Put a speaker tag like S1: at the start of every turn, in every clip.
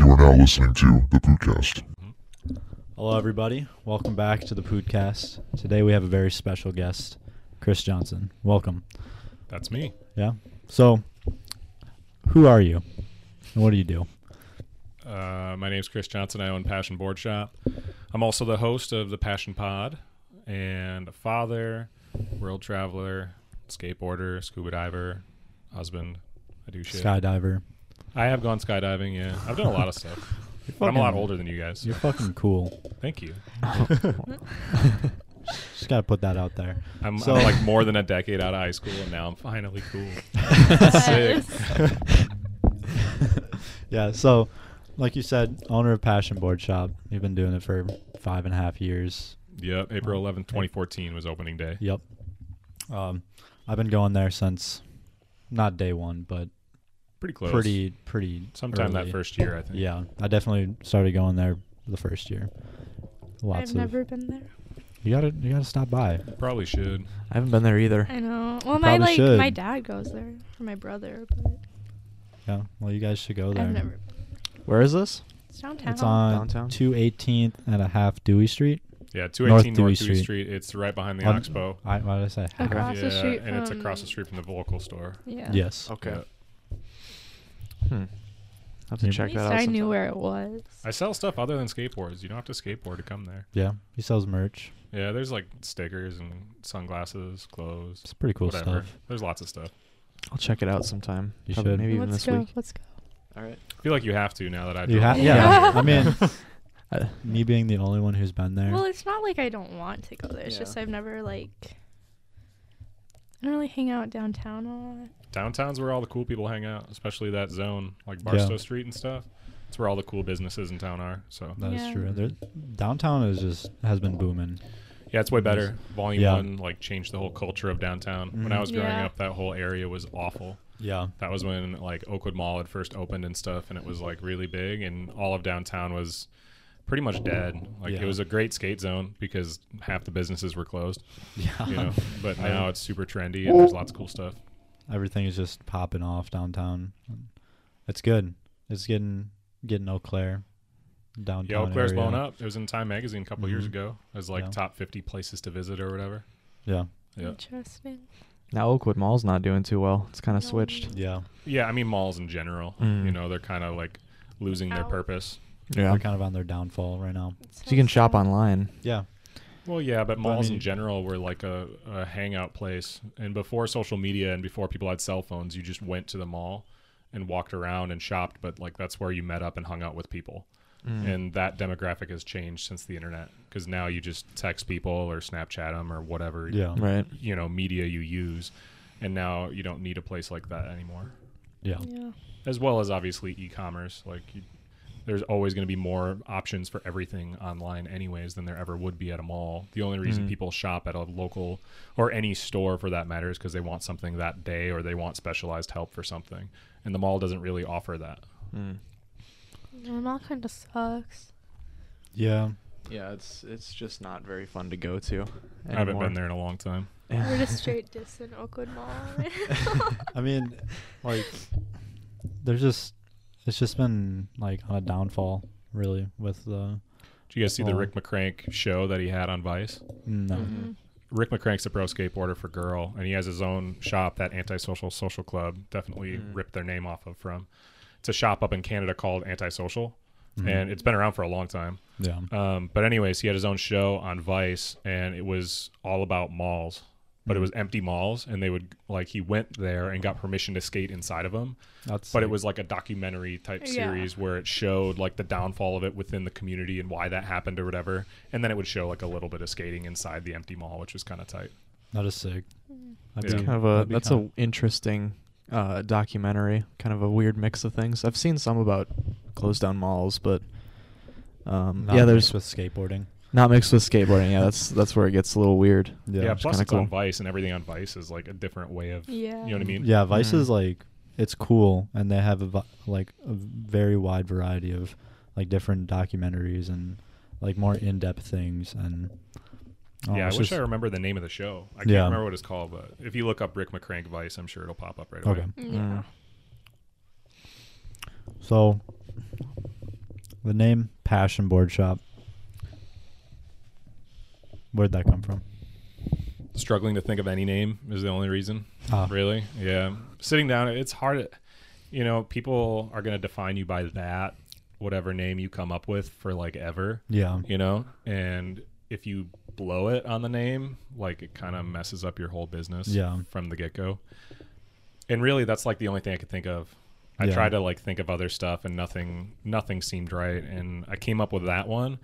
S1: now listening to the Pootcast.
S2: Hello, everybody. Welcome back to the Poodcast. Today we have a very special guest, Chris Johnson. Welcome.
S3: That's me.
S2: Yeah. So, who are you, and what do you do?
S3: Uh, my name's Chris Johnson. I own Passion Board Shop. I'm also the host of the Passion Pod and a father, world traveler, skateboarder, scuba diver, husband. I do shit.
S2: Skydiver.
S3: I have gone skydiving. Yeah, I've done a lot of stuff. But I'm a
S2: fucking-
S3: lot older than you guys.
S2: You're fucking cool.
S3: Thank you.
S2: Just gotta put that out there.
S3: I'm,
S2: So-
S3: I'm like more than a decade out of high school, and now I'm finally cool.
S4: Yes.
S2: yeah. So, like you said, owner of Passion Board Shop. You've been doing it for five and a half years.
S3: Yep. April 11th, 2014 was opening day.
S2: Yep. Um, I've been going there since, not day one, but
S3: Pretty close.
S2: pretty, pretty.
S3: Sometime
S2: early.
S3: that first year, I think.
S2: Yeah, I definitely started going there the first year. Lots
S4: I've
S2: of
S4: never been there.
S2: you gotta you gotta stop by.
S3: Probably should.
S5: I haven't been there either.
S4: I know. Well, my
S2: probably
S4: like
S2: should.
S4: my dad goes there, or my brother, but
S2: Yeah, well you guys should go there.
S4: I've never. Been.
S5: Where is this?
S4: It's downtown.
S2: It's on
S5: Downtown?
S2: two eighteenth and a half Dewey Street.
S3: Yeah, 218 North,
S2: Dewey
S3: Dewey
S2: Street.
S3: Street. It's right behind the
S2: Um,
S3: Oxbow.
S2: I why did I say half?
S4: Across the street
S3: and it's
S4: from-
S3: across the street from the local store.
S4: Yeah.
S2: Yes.
S3: Yeah.
S5: Hmm. I'll have to
S2: Yeah.
S4: At
S5: check
S4: least
S5: that out.
S4: I
S5: sometime.
S4: knew where it was.
S3: I sell stuff other than skateboards. You don't have to skateboard to come there.
S2: Yeah. He sells merch.
S3: Yeah, there's like stickers and sunglasses, clothes,
S2: It's pretty cool
S3: whatever.
S2: stuff.
S3: There's lots of stuff.
S5: I'll check it out sometime.
S2: You
S5: Probably
S2: should.
S5: Maybe even
S4: Let's
S5: this
S4: go.
S5: week.
S4: Let's go.
S5: All right.
S3: I feel like you have to now that I
S2: You
S3: drove
S2: ha-
S3: all the way
S2: yeah.
S3: out
S2: I
S3: here.
S2: mean
S5: I-
S2: me being the only one who's been there.
S4: Well, it's not like I don't want to go there. It's
S5: Yeah.
S4: just I've never like. I don't really hang out downtown a lot.
S3: downtown's where all the cool people hang out, especially that zone like Barstow Street and stuff. It's where all the cool businesses in town are. So
S2: that is
S4: Yeah.
S2: true. There, downtown is just has been booming.
S3: yeah, it's way better. Volume
S2: Yeah.
S3: one like changed the whole culture of downtown. When I
S2: Mhm.
S3: was growing
S4: Yeah.
S3: up, that whole area was awful.
S2: Yeah.
S3: That was when like Oakwood Mall had first opened and stuff, and it was like really big, and all of downtown was pretty much dead. Like
S2: Yeah.
S3: it was a great skate zone because half the businesses were closed,
S2: Yeah.
S3: you know. but now it's super trendy, and there's lots of cool stuff.
S2: everything is just popping off downtown. It's good. It's getting getting Eau Claire downtown.
S3: Yeah, Eau Claire's
S2: area.
S3: blown up. It was in Time Magazine a couple years
S2: Mhm.
S3: ago as like
S2: Yeah.
S3: top 50 places to visit or whatever.
S2: Yeah,
S3: Yeah.
S4: Interesting.
S5: Now Oakwood Mall's not doing too well. It's kind
S4: No.
S5: of switched.
S2: yeah.
S3: Yeah, I mean malls in general.
S5: Mm.
S2: Mm-hmm.
S3: You know, they're kind of like losing their
S4: Ow.
S3: purpose.
S2: They're kind of on their downfall right now.
S4: It's
S5: So you can
S4: so
S5: shop
S4: sad.
S5: online.
S2: Yeah,
S3: Well, yeah,
S2: But
S3: but
S2: I
S3: malls
S2: mean-
S3: in general were like a, a hangout place. And before social media and before people had cell phones, you just went to the mall and walked around and shopped. But like that's where you met up and hung out with people.
S2: Hmm.
S5: Mm.
S3: And that demographic has changed since the internet because now you just text people or Snapchat them or whatever.
S2: yeah,
S5: Right.
S3: You know, media you use. And now you don't need a place like that anymore.
S2: yeah.
S4: Yeah.
S3: As well as obviously e commerce. Like, you, there's always going to be more options for everything online, anyways, than there ever would be at a mall. The only reason
S5: Mm.
S3: people shop at a local or any store for that matter is because they want something that day or they want specialized help for something. And the mall doesn't really offer that.
S5: Mm.
S4: Well, mall kind of sucks.
S2: Yeah,
S5: Yeah, it's it's just not very fun to go to.
S3: I haven't been there in a long time.
S4: We're just straight dissing Oakwood Mall. right now.
S2: I mean, like, there's just it's just been like on a downfall really with the
S3: Did you guys see the
S2: Well-
S3: Rick McCrank show that he had on Vice?
S2: no.
S4: Mhm.
S3: Rick McCrank's a pro skateboarder for Girl, and he has his own shop that Antisocial Social Club definitely
S5: Mm.
S3: ripped their name off of from. It's a shop up in Canada called Antisocial,
S5: Mm-hmm.
S2: Mhm.
S3: and it's been around for a long time.
S2: yeah,
S3: Um, but anyways, he had his own show on Vice, and it was all about malls,
S5: Mm-hmm.
S3: but it was empty malls, and they would like he went there and got permission to skate inside of them,
S2: that's
S3: but it
S2: like-
S3: was like a documentary type
S4: Yeah.
S3: series where it showed like the downfall of it within the community and why that happened or whatever, and then it would show like a little bit of skating inside the empty mall, which was kind of tight.
S2: that is sick. I'd
S3: It's
S2: be-
S5: kind of
S2: I'd
S5: a
S2: be
S5: that's
S2: kinda-
S5: a interesting uh, documentary. Kind of a weird mix of things. I've seen some about closed down malls, but um,
S2: not
S5: yeah,
S2: mixed
S5: there's
S2: with skateboarding.
S5: not mixed with skateboarding. Yeah, that's that's where it gets a little weird.
S2: Yeah,
S3: Yeah,
S5: it's
S3: plus
S5: kinda
S3: it's on
S5: cool.
S3: Vice, and everything on Vice is like a different way of.
S4: Yeah.
S3: You know what I mean?
S2: Yeah, Vice
S5: Mm.
S2: is like it's cool, and they have a, vi- like a very wide variety of like different documentaries and like more in depth things. And don't know,
S3: yeah, I
S2: it's
S3: wish
S2: just-
S3: I remember the name of the show. I can't
S2: Yeah.
S3: remember what it's called, but if you look up Rick McCrank Vice, I'm sure it'll
S2: Mm.
S3: pop
S5: Mm.
S3: up right away.
S2: Okay,
S4: Yeah.
S2: so The name Passion Board Shop. Where'd that come from?
S3: Struggling to think of any name is the only reason.
S2: Ah.
S3: Really? Yeah. Sitting down, it's hard. You know, people are going to define you by that, whatever name you come up with for like ever,
S2: Yeah.
S3: you know? And if you blow it on the name, like it kind of messes up your whole business
S2: Yeah.
S3: from the get go. And really, that's like the only thing I could think of. I
S2: Yeah.
S3: tried to like think of other stuff and nothing nothing seemed right and I came up with that one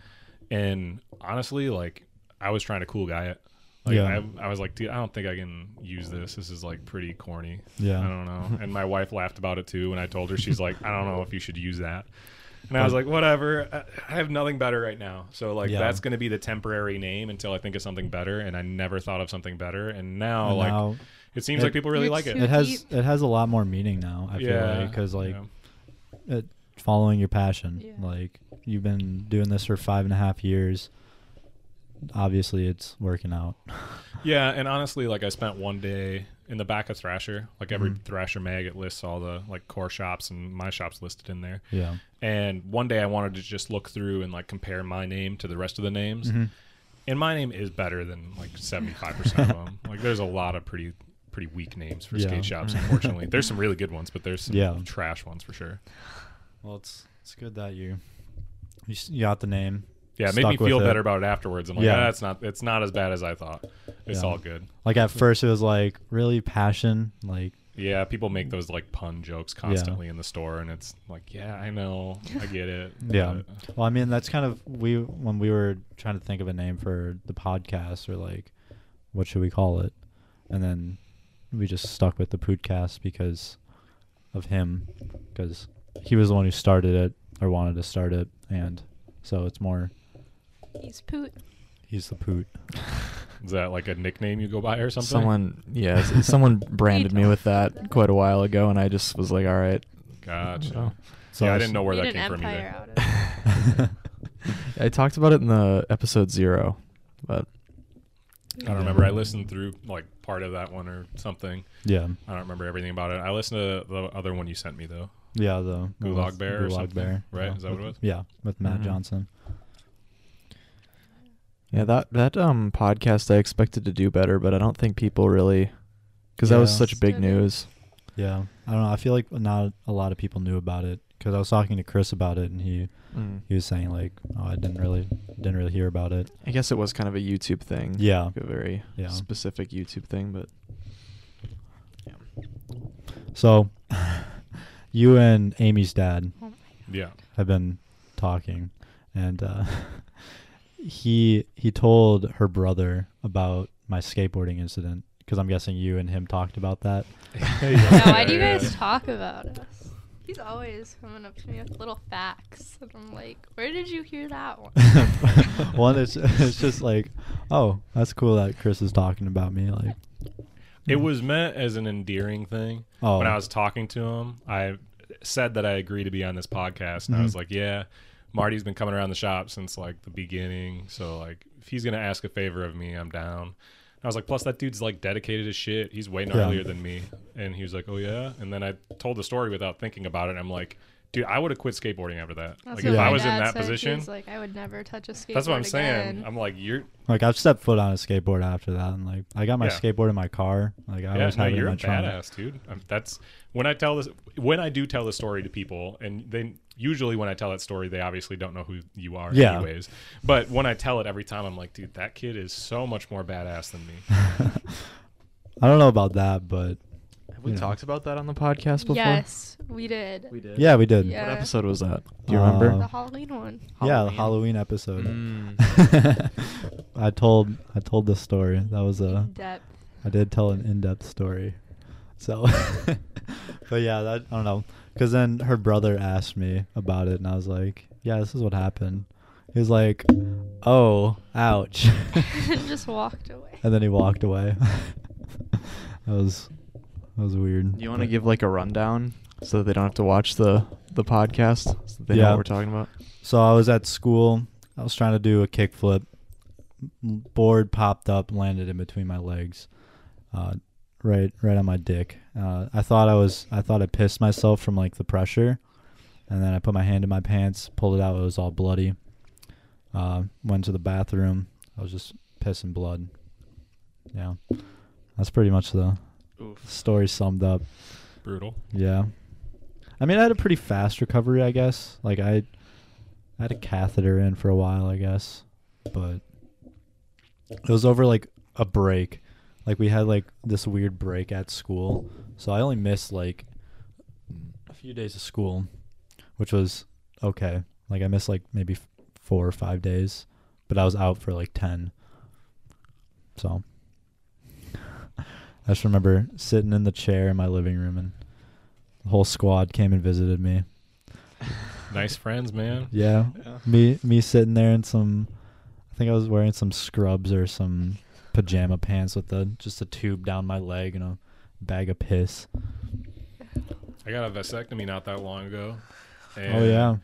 S3: and honestly like I was trying to cool guy it. Like
S2: Yeah.
S3: I, I was like, dude, I don't think I can use this. This is like pretty corny. I
S2: Yeah.
S3: don't know. And my wife laughed about it too when I told her. She's like, I don't know if you should use that. And I was like, whatever. I I have nothing better right now. So like
S2: Yeah.
S3: that's going to be the temporary name until I think of something better. And I never thought of something better. And now
S2: And
S3: Oh, like
S2: now
S3: it seems
S2: it-
S3: like people really
S4: You're
S3: like it.
S4: too-
S2: it has it has a lot more meaning now. I feel
S3: yeah,
S2: like because like
S3: yeah.
S2: uh, following your passion.
S4: Yeah.
S2: Like you've been doing this for five and a half years. Obviously, it's working out.
S3: Yeah, and honestly, like I spent one day in the back of Thrasher. Like every
S2: Mm-hmm.
S3: Thrasher mag, it lists all the like core shops, and my shop's listed in there.
S2: Yeah.
S3: And one day, I wanted to just look through and like compare my name to the rest of the names.
S2: Mm-hmm.
S3: And my name is better than like seventy five percent of them. Like there's a lot of pretty pretty weak names for
S2: Yeah.
S3: skate shops. Unfortunately, there's some really good ones, but there's some
S2: Yeah.
S3: trash ones for sure.
S2: Well, it's it's good that you you, s- you got the name.
S3: Yeah, it made
S2: Stuck
S3: me
S2: with
S3: feel
S2: it.
S3: better about it afterwards. I'm like,
S2: Yeah.
S3: ah, it's not it's not as bad as I thought. It's
S2: Yeah.
S3: all good.
S2: Like at first, it was like really passion. Like
S3: Yeah, people make those like pun jokes constantly in the store, and it's like, yeah, I know, I get it.
S2: Yeah.
S3: but-
S2: Well, I mean, that's kind of we when we were trying to think of a name for the podcast or like what should we call it, and then we just stuck with the podcast because of him, because he was the one who started it or wanted to start it, and so it's more
S4: He's poot.
S2: he's the poot.
S3: is that like a nickname you go by or something?
S5: Someone, yeah, s- someone branded me with that quite a while ago, and I just was like, all right.
S3: Gotcha.
S5: Oh.
S2: So
S3: yeah, I
S2: it's-
S3: didn't know where
S4: Made
S3: that
S4: an
S3: came from
S4: empire
S3: either.
S4: out of it.
S5: I talked about it in the episode zero, but
S3: I don't remember. I listened through like part of that one or something.
S2: Yeah,
S3: I don't remember everything about it. I listened to the other one you sent me though.
S2: yeah, the the
S3: Gulag
S2: last-
S3: Bear or
S2: Gulag
S3: something,
S2: Bear,
S3: right?
S2: yeah,
S3: Is that what it
S2: with-
S3: was?
S2: Yeah, with Matt
S5: Mhm.
S2: Johnson.
S5: yeah, that that um podcast I expected to do better, but I don't think people really, because that was
S2: Yeah.
S5: such big
S4: Did it?
S5: news.
S2: Yeah, I don't know. I feel like not a lot of people knew about it because I was talking to Chris about it, and he
S5: Mm.
S2: he was saying like, "Oh, I didn't really didn't really hear about it."
S5: I guess it was kind of a YouTube thing.
S2: Yeah,
S5: like a very
S2: Yeah.
S5: specific YouTube thing, but
S2: So, you and Amy's dad
S4: Oh my
S3: Yeah.
S2: have been talking, and uh, he he told her brother about my skateboarding incident because I'm guessing you and him talked about that.
S4: God.
S3: Yeah,
S4: Now, why do you
S3: yeah.
S4: guys talk about us? He's always coming up to me with little facts, and I'm like, where did you hear that one?
S2: One, it's it's just like, oh, that's cool that Chris is talking about me. Like,
S3: It was meant as an endearing thing.
S2: oh,
S3: When I was talking to him, I said that I agree to be on this podcast, and I was like, "Yeah, Marty's been coming around the shop since like the beginning, so like if he's gonna ask a favor of me, I'm down." And I was like, "Plus that dude's like dedicated as shit. He's way gnarlier than me." And he was like, "Oh yeah," and then I told the story without thinking about it. and I'm like, "Dude, I would have quit skateboarding after that.
S4: That's
S3: like
S4: what
S3: if
S4: my
S3: I was in
S4: dad
S3: that
S4: said. He
S3: position."
S4: was like, I would never touch a skateboard
S3: that's what I'm saying.
S4: again."
S3: I'm like, you're
S2: Like I've stepped foot on a skateboard after that, and like I got my
S3: Yeah.
S2: skateboard in my car. Like I
S3: yeah,
S2: always
S3: no,
S2: have it in
S3: you're
S2: my
S3: a
S2: trunk.
S3: badass, dude. Um that's when I tell this. When I do tell the story to people, and then usually when I tell that story, they obviously don't know who you are,
S2: Yeah.
S3: anyways. But when I tell it every time, I'm like, dude, that kid is so much more badass than me.
S2: I don't know about that, but
S5: have
S2: we Yeah. talked
S5: about that on the podcast before?
S4: yes, we did.
S5: we Oh. did.
S2: yeah, we did.
S4: Yeah.
S5: What episode was that? Do you remember?
S2: Uh,
S4: the Halloween one.
S2: Yeah, the Halloween episode.
S5: Mm.
S2: I told I told the story. That was a
S4: In depth.
S2: I did tell an in-depth story. So, but yeah, that I don't know. Because then her brother asked me about it, and I was like, "Yeah, this is what happened." He was like, "Oh, ouch,"
S4: and just walked away.
S2: and then he walked away. that was that was weird.
S5: You want to give like a rundown so that they don't have to watch the the podcast, so they know
S2: Yeah.
S5: what we're talking about.
S2: So I was at school. I was trying to do a kickflip. M- Board popped up, landed in between my legs, uh, right, right on my dick. Uh, I thought I was, I thought I pissed myself from like the pressure, And then I put my hand in my pants, pulled it out. It was all bloody. Uh, went to the bathroom. I was just pissing blood. Yeah, that's pretty much the story summed up.
S3: Brutal.
S2: Yeah. I mean, I had a pretty fast recovery, I guess. Like I, I had a catheter in for a while, I guess, but it was over like a break. Like we had like this weird break at school, so I only missed like a few days of school, which was okay. Like I missed like maybe f- four or five days, but I was out for like ten. So I just remember sitting in the chair in my living room and the whole squad came and visited me.
S3: Nice friends, man.
S2: Yeah.
S5: Yeah.
S2: Me me sitting there in some I think I was wearing some scrubs or some pajama pants with the just a tube down my leg and a bag of piss.
S3: I got a vasectomy not that long ago.
S2: oh
S3: and
S2: yeah.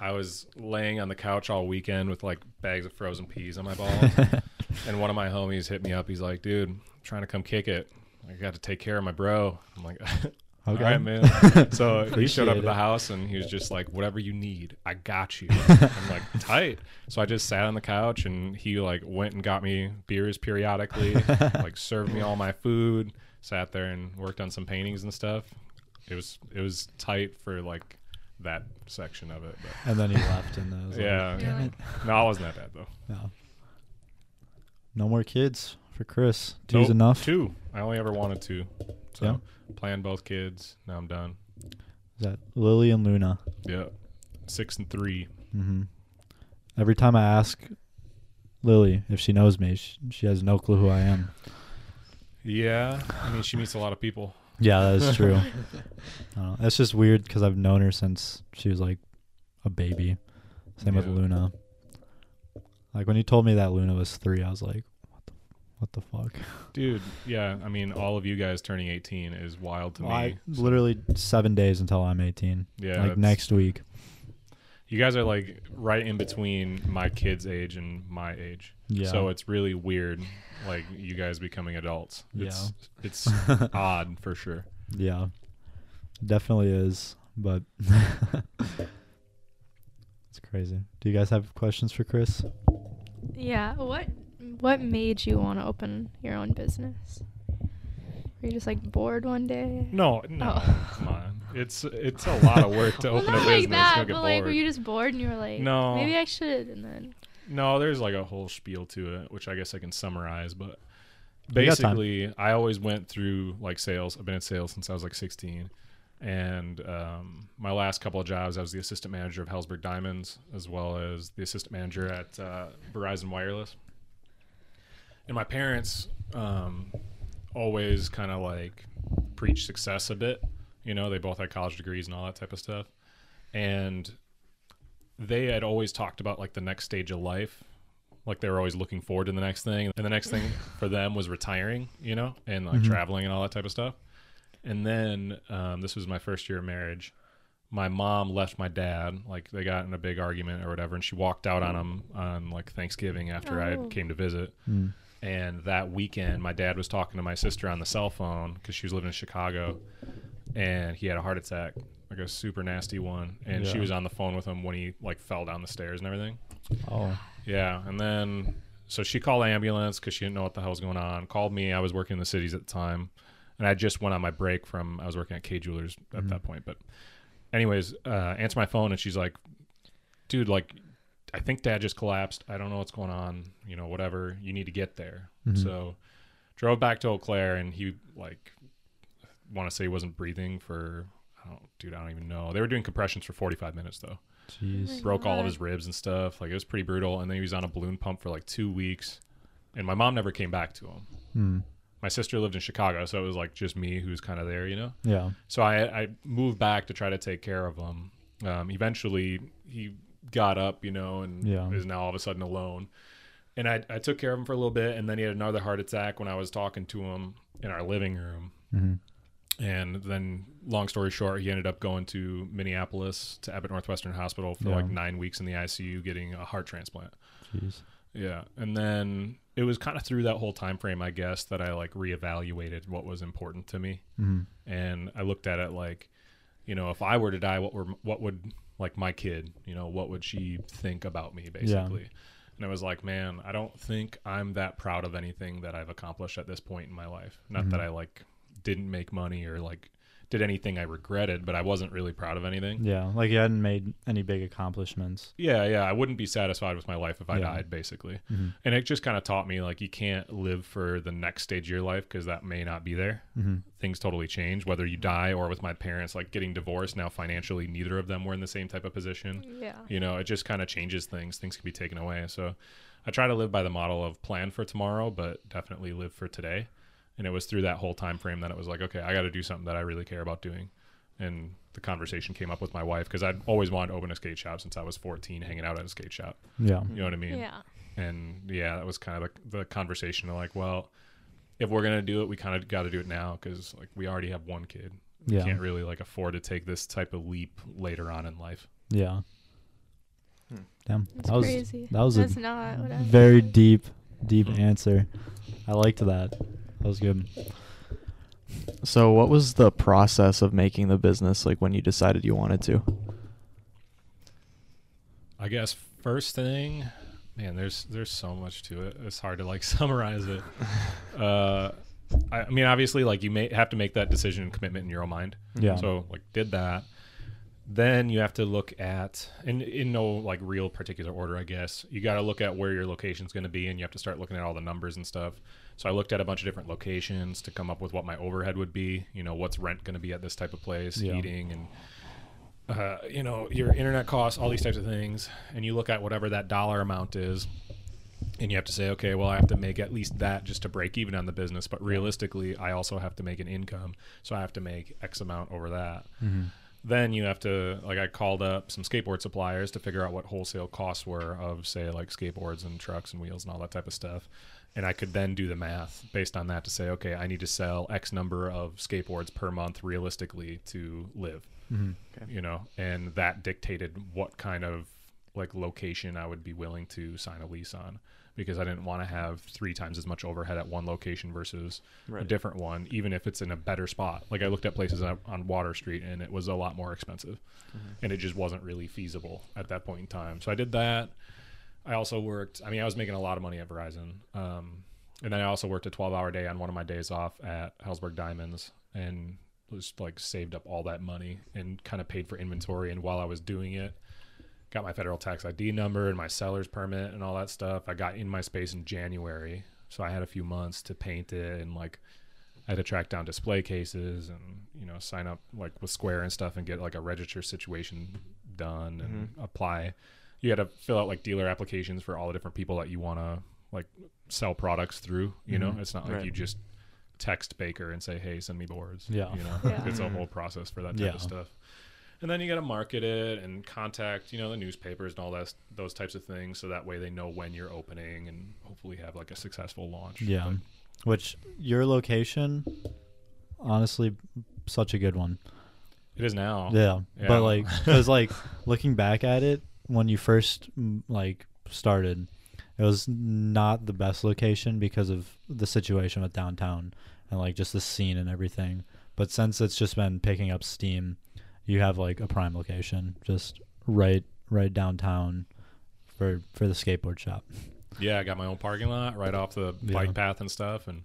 S3: I was laying on the couch all weekend with like bags of frozen peas on my
S2: Oh,
S3: balls. and one of my homies hit me up. He's like, dude, I'm trying to come kick it. I got to take care of my bro. I'm like, all
S2: Okay.
S3: right, man. So he showed
S2: Appreciate
S3: up at
S2: it.
S3: the house and he was just like, whatever you need, I got you. I'm like, tight. So I just sat on the couch and he like went and got me beers periodically, like served me all my food, sat there and worked on some paintings and stuff. It was, it was tight for like that section of it. But
S2: And then he left and I was like,
S3: yeah.
S4: Damn it.
S3: No, I wasn't that bad though.
S2: No. No more kids for Chris. Two's
S3: Nope,
S2: enough.
S3: Two. I only ever wanted two. So
S2: Yeah.
S3: planned both kids. Now I'm done.
S2: Is that Lily and Luna?
S3: Yeah. Six and three.
S2: Mm-hmm. Every time I ask Lily if she knows me, she, she has no clue who I am.
S3: Yeah. I mean, she meets a lot of people.
S2: Yeah, that is true. I don't know. It's just weird because I've known her since she was like a baby. Same with
S3: Yeah.
S2: Luna. Like when you told me that Luna was three, I was like, what the, what the fuck?
S3: Dude, yeah. I mean, all of you guys turning 18 is wild to
S2: Well, I-
S3: me.
S2: literally seven days until I'm 18.
S3: Yeah.
S2: like
S3: that's-
S2: next week.
S3: You guys are like right in between my kids' age and my age.
S2: Yeah.
S3: So it's really weird, like you guys becoming adults. It's, it's odd for sure.
S2: Yeah. Definitely is, but it's crazy. Do you guys have questions for Chris?
S4: Yeah. What What made you want to open your own business? Were you just like bored one day?
S3: No, no,
S4: Oh.
S3: come on. It's it's a lot of work to
S4: Well,
S3: open
S4: not
S3: a business.
S4: like that,
S3: You'll
S4: but
S3: get
S4: like, were
S3: bored.
S4: you just bored and you were like,
S3: No.
S4: maybe I should? And then,
S3: No, there's like a whole spiel to it, which I guess I can summarize, but
S2: We got time.
S3: basically I always went through like sales. I've been in sales since I was like 16. And um, my last couple of jobs, I was the assistant manager of Hellsberg Diamonds, as well as the assistant manager at uh, Verizon Wireless. And my parents um, always kind of like preach success a bit. You know, they both had college degrees and all that type of stuff. And they had always talked about like the next stage of life like they were always looking forward to the next thing and the next thing for them was retiring you know and like traveling and all that type of stuff and then um, this was my first year of marriage my mom left my dad like they got in a big argument or whatever and she walked out on him on like thanksgiving after
S4: Oh.
S3: i came to visit
S2: Mm.
S3: and that weekend my dad was talking to my sister on the cell phone because she was living in chicago and he had a heart attack like a super nasty one and she
S2: Yeah.
S3: was on the phone with him when he like fell down the stairs and everything
S2: Oh,
S3: yeah, and then so she called the ambulance because she didn't know what the hell was going on. Called me. I was working in the cities at the time, and I just went on my break from I was working at K Jewelers at that point. But, anyways, uh, answer my phone, and she's like, "Dude, like, I think Dad just collapsed. I don't know what's going on. You know, whatever. You need to get there." So, drove back to Eau Claire, and he like, want to say he wasn't breathing for. I don't, dude, I don't even know. They were doing compressions for 45 minutes though
S2: jeez.
S3: broke all of
S4: God.
S3: his ribs and stuff. Like it was pretty brutal. And then he was on a balloon pump for like two weeks. And my mom never came back to him.
S2: Mm.
S3: My sister lived in Chicago, so it was like just me who was kind of there, you know.
S2: Yeah.
S3: So I, I moved back to try to take care of him. Um, eventually, he got up, you know, and
S2: Yeah.
S3: is now all of a sudden alone. And I, I took care of him for a little bit, and then he had another heart attack when I was talking to him in our living room.
S2: Mhm.
S3: And then, long story short, he ended up going to Minneapolis to Abbott Northwestern Hospital for
S2: Yeah.
S3: like nine weeks in the ICU getting a heart transplant.
S2: Jeez.
S3: Yeah, and then it was kind of through that whole time frame, I guess, that I like reevaluated what was important to me,
S2: Mhm.
S3: and I looked at it like, you know, if I were to die, what were what would like my kid, you know, what would she think about me basically? And I was like, man, I don't think I'm that proud of anything that I've accomplished at this point in my life. Not that
S2: Mm-hmm.
S3: I like didn't make money or like did anything I regretted, but I wasn't really proud of anything.
S2: Yeah, like you hadn't made any big accomplishments.
S3: Yeah, yeah. I wouldn't be satisfied with my life if I
S2: Yeah.
S3: died, basically.
S2: Mhm.
S3: And it just kind of taught me like you can't live for the next stage of your life because that may not be there.
S2: Mhm.
S3: Things totally change, whether you die or with my parents, like getting divorced now financially, neither of them were in the same type of position.
S4: Yeah.
S3: You know, it just kind of changes things. Things can be taken away. So I try to live by the model of plan for tomorrow, but definitely live for today. And it was through that whole time frame that it was like, okay, I got to do something that I really care about doing. And the conversation came up with my wife because I'd always wanted to open a skate shop since I was 14, hanging out at a skate shop.
S2: Yeah.
S3: You know what I mean?
S4: Yeah.
S3: And yeah, that was kind of the, the conversation. of Like, well, if we're gonna do it, we kind of got to do it now because like we already have one kid. We
S2: Yeah.
S3: can't really like afford to take this type of leap later on in life.
S2: Yeah.
S5: Hmm.
S2: Damn.
S4: Mm-hmm. That's
S2: that was
S4: crazy.
S2: that was a
S4: That's not what I
S2: very deep, deep
S3: Hmm.
S2: answer. I liked that. That was good.
S5: So, what was the process of making the business like when you decided you wanted to?
S3: I guess first thing, man, there's there's so much to it. It's hard to like summarize it. Uh, I, I mean, obviously, like you may have to make that decision and commitment in your own mind.
S2: Yeah.
S3: So like did that. Then you have to look at in in no like real particular order, I guess. You got to look at where your location's going to be, and you have to start looking at all the numbers and stuff. So I looked at a bunch of different locations to come up with what my overhead would be. You know, what's rent going to be at this type of place,
S2: Yeah.
S3: eating and uh, you know your internet costs, all these types of things, and you look at whatever that dollar amount is, and you have to say, okay, well, I have to make at least that just to break even on the business. But realistically, I also have to make an income, so I have to make X amount over that. Then you have to, like, I called up some skateboard suppliers to figure out what wholesale costs were of, say, like skateboards and trucks and wheels and all that type of stuff. And I could then do the math based on that to say, okay, I need to sell X number of skateboards per month realistically to live you know, and that dictated what kind of like location I would be willing to sign a lease on because I didn't want to have three times as much overhead at one location versus a
S5: Right.
S3: different one, even if it's in a better spot. Like I looked at places on, on Water Street and it was a lot more expensive and it just wasn't really feasible at that point in time. So I did that. I also worked, I mean, I was making a lot of money at Verizon. Um, and then I also worked a 12 hour day on one of my days off at Hellsberg Diamonds and just like saved up all that money and kind of paid for inventory. And while I was doing it, got my federal tax ID number and my seller's permit and all that stuff. I got in my space in January. So I had a few months to paint it and like I had to track down display cases and, you know, sign up like with Square and stuff and get like a register situation done and apply. You had to fill out like dealer applications for all the different people that you want to like sell products through, you
S2: Mm-hmm.
S3: know? It's not like
S5: Right.
S3: you just text Baker and say, "Hey, send me boards."
S2: Yeah. Mm-hmm.
S3: You know,
S4: Yeah.
S3: it's a whole process for that type
S2: Yeah.
S3: of stuff. And then you got to market it and contact, you know, the newspapers and all that those types of things, so that way they know when you're opening and hopefully have like a successful launch.
S2: Yeah. Which your location, honestly, such a good one.
S3: It is now.
S2: Yeah.
S3: Oh, Yeah.
S2: But like, because like looking back at it, when you first mm, like started, it was not the best location because of the situation with downtown and like just the scene and everything. But since it's just been picking up steam, you have like a prime location, just right right downtown for for the skateboard shop.
S3: Yeah, I got my own parking lot right off the
S2: Yeah.
S3: bike path and stuff. And,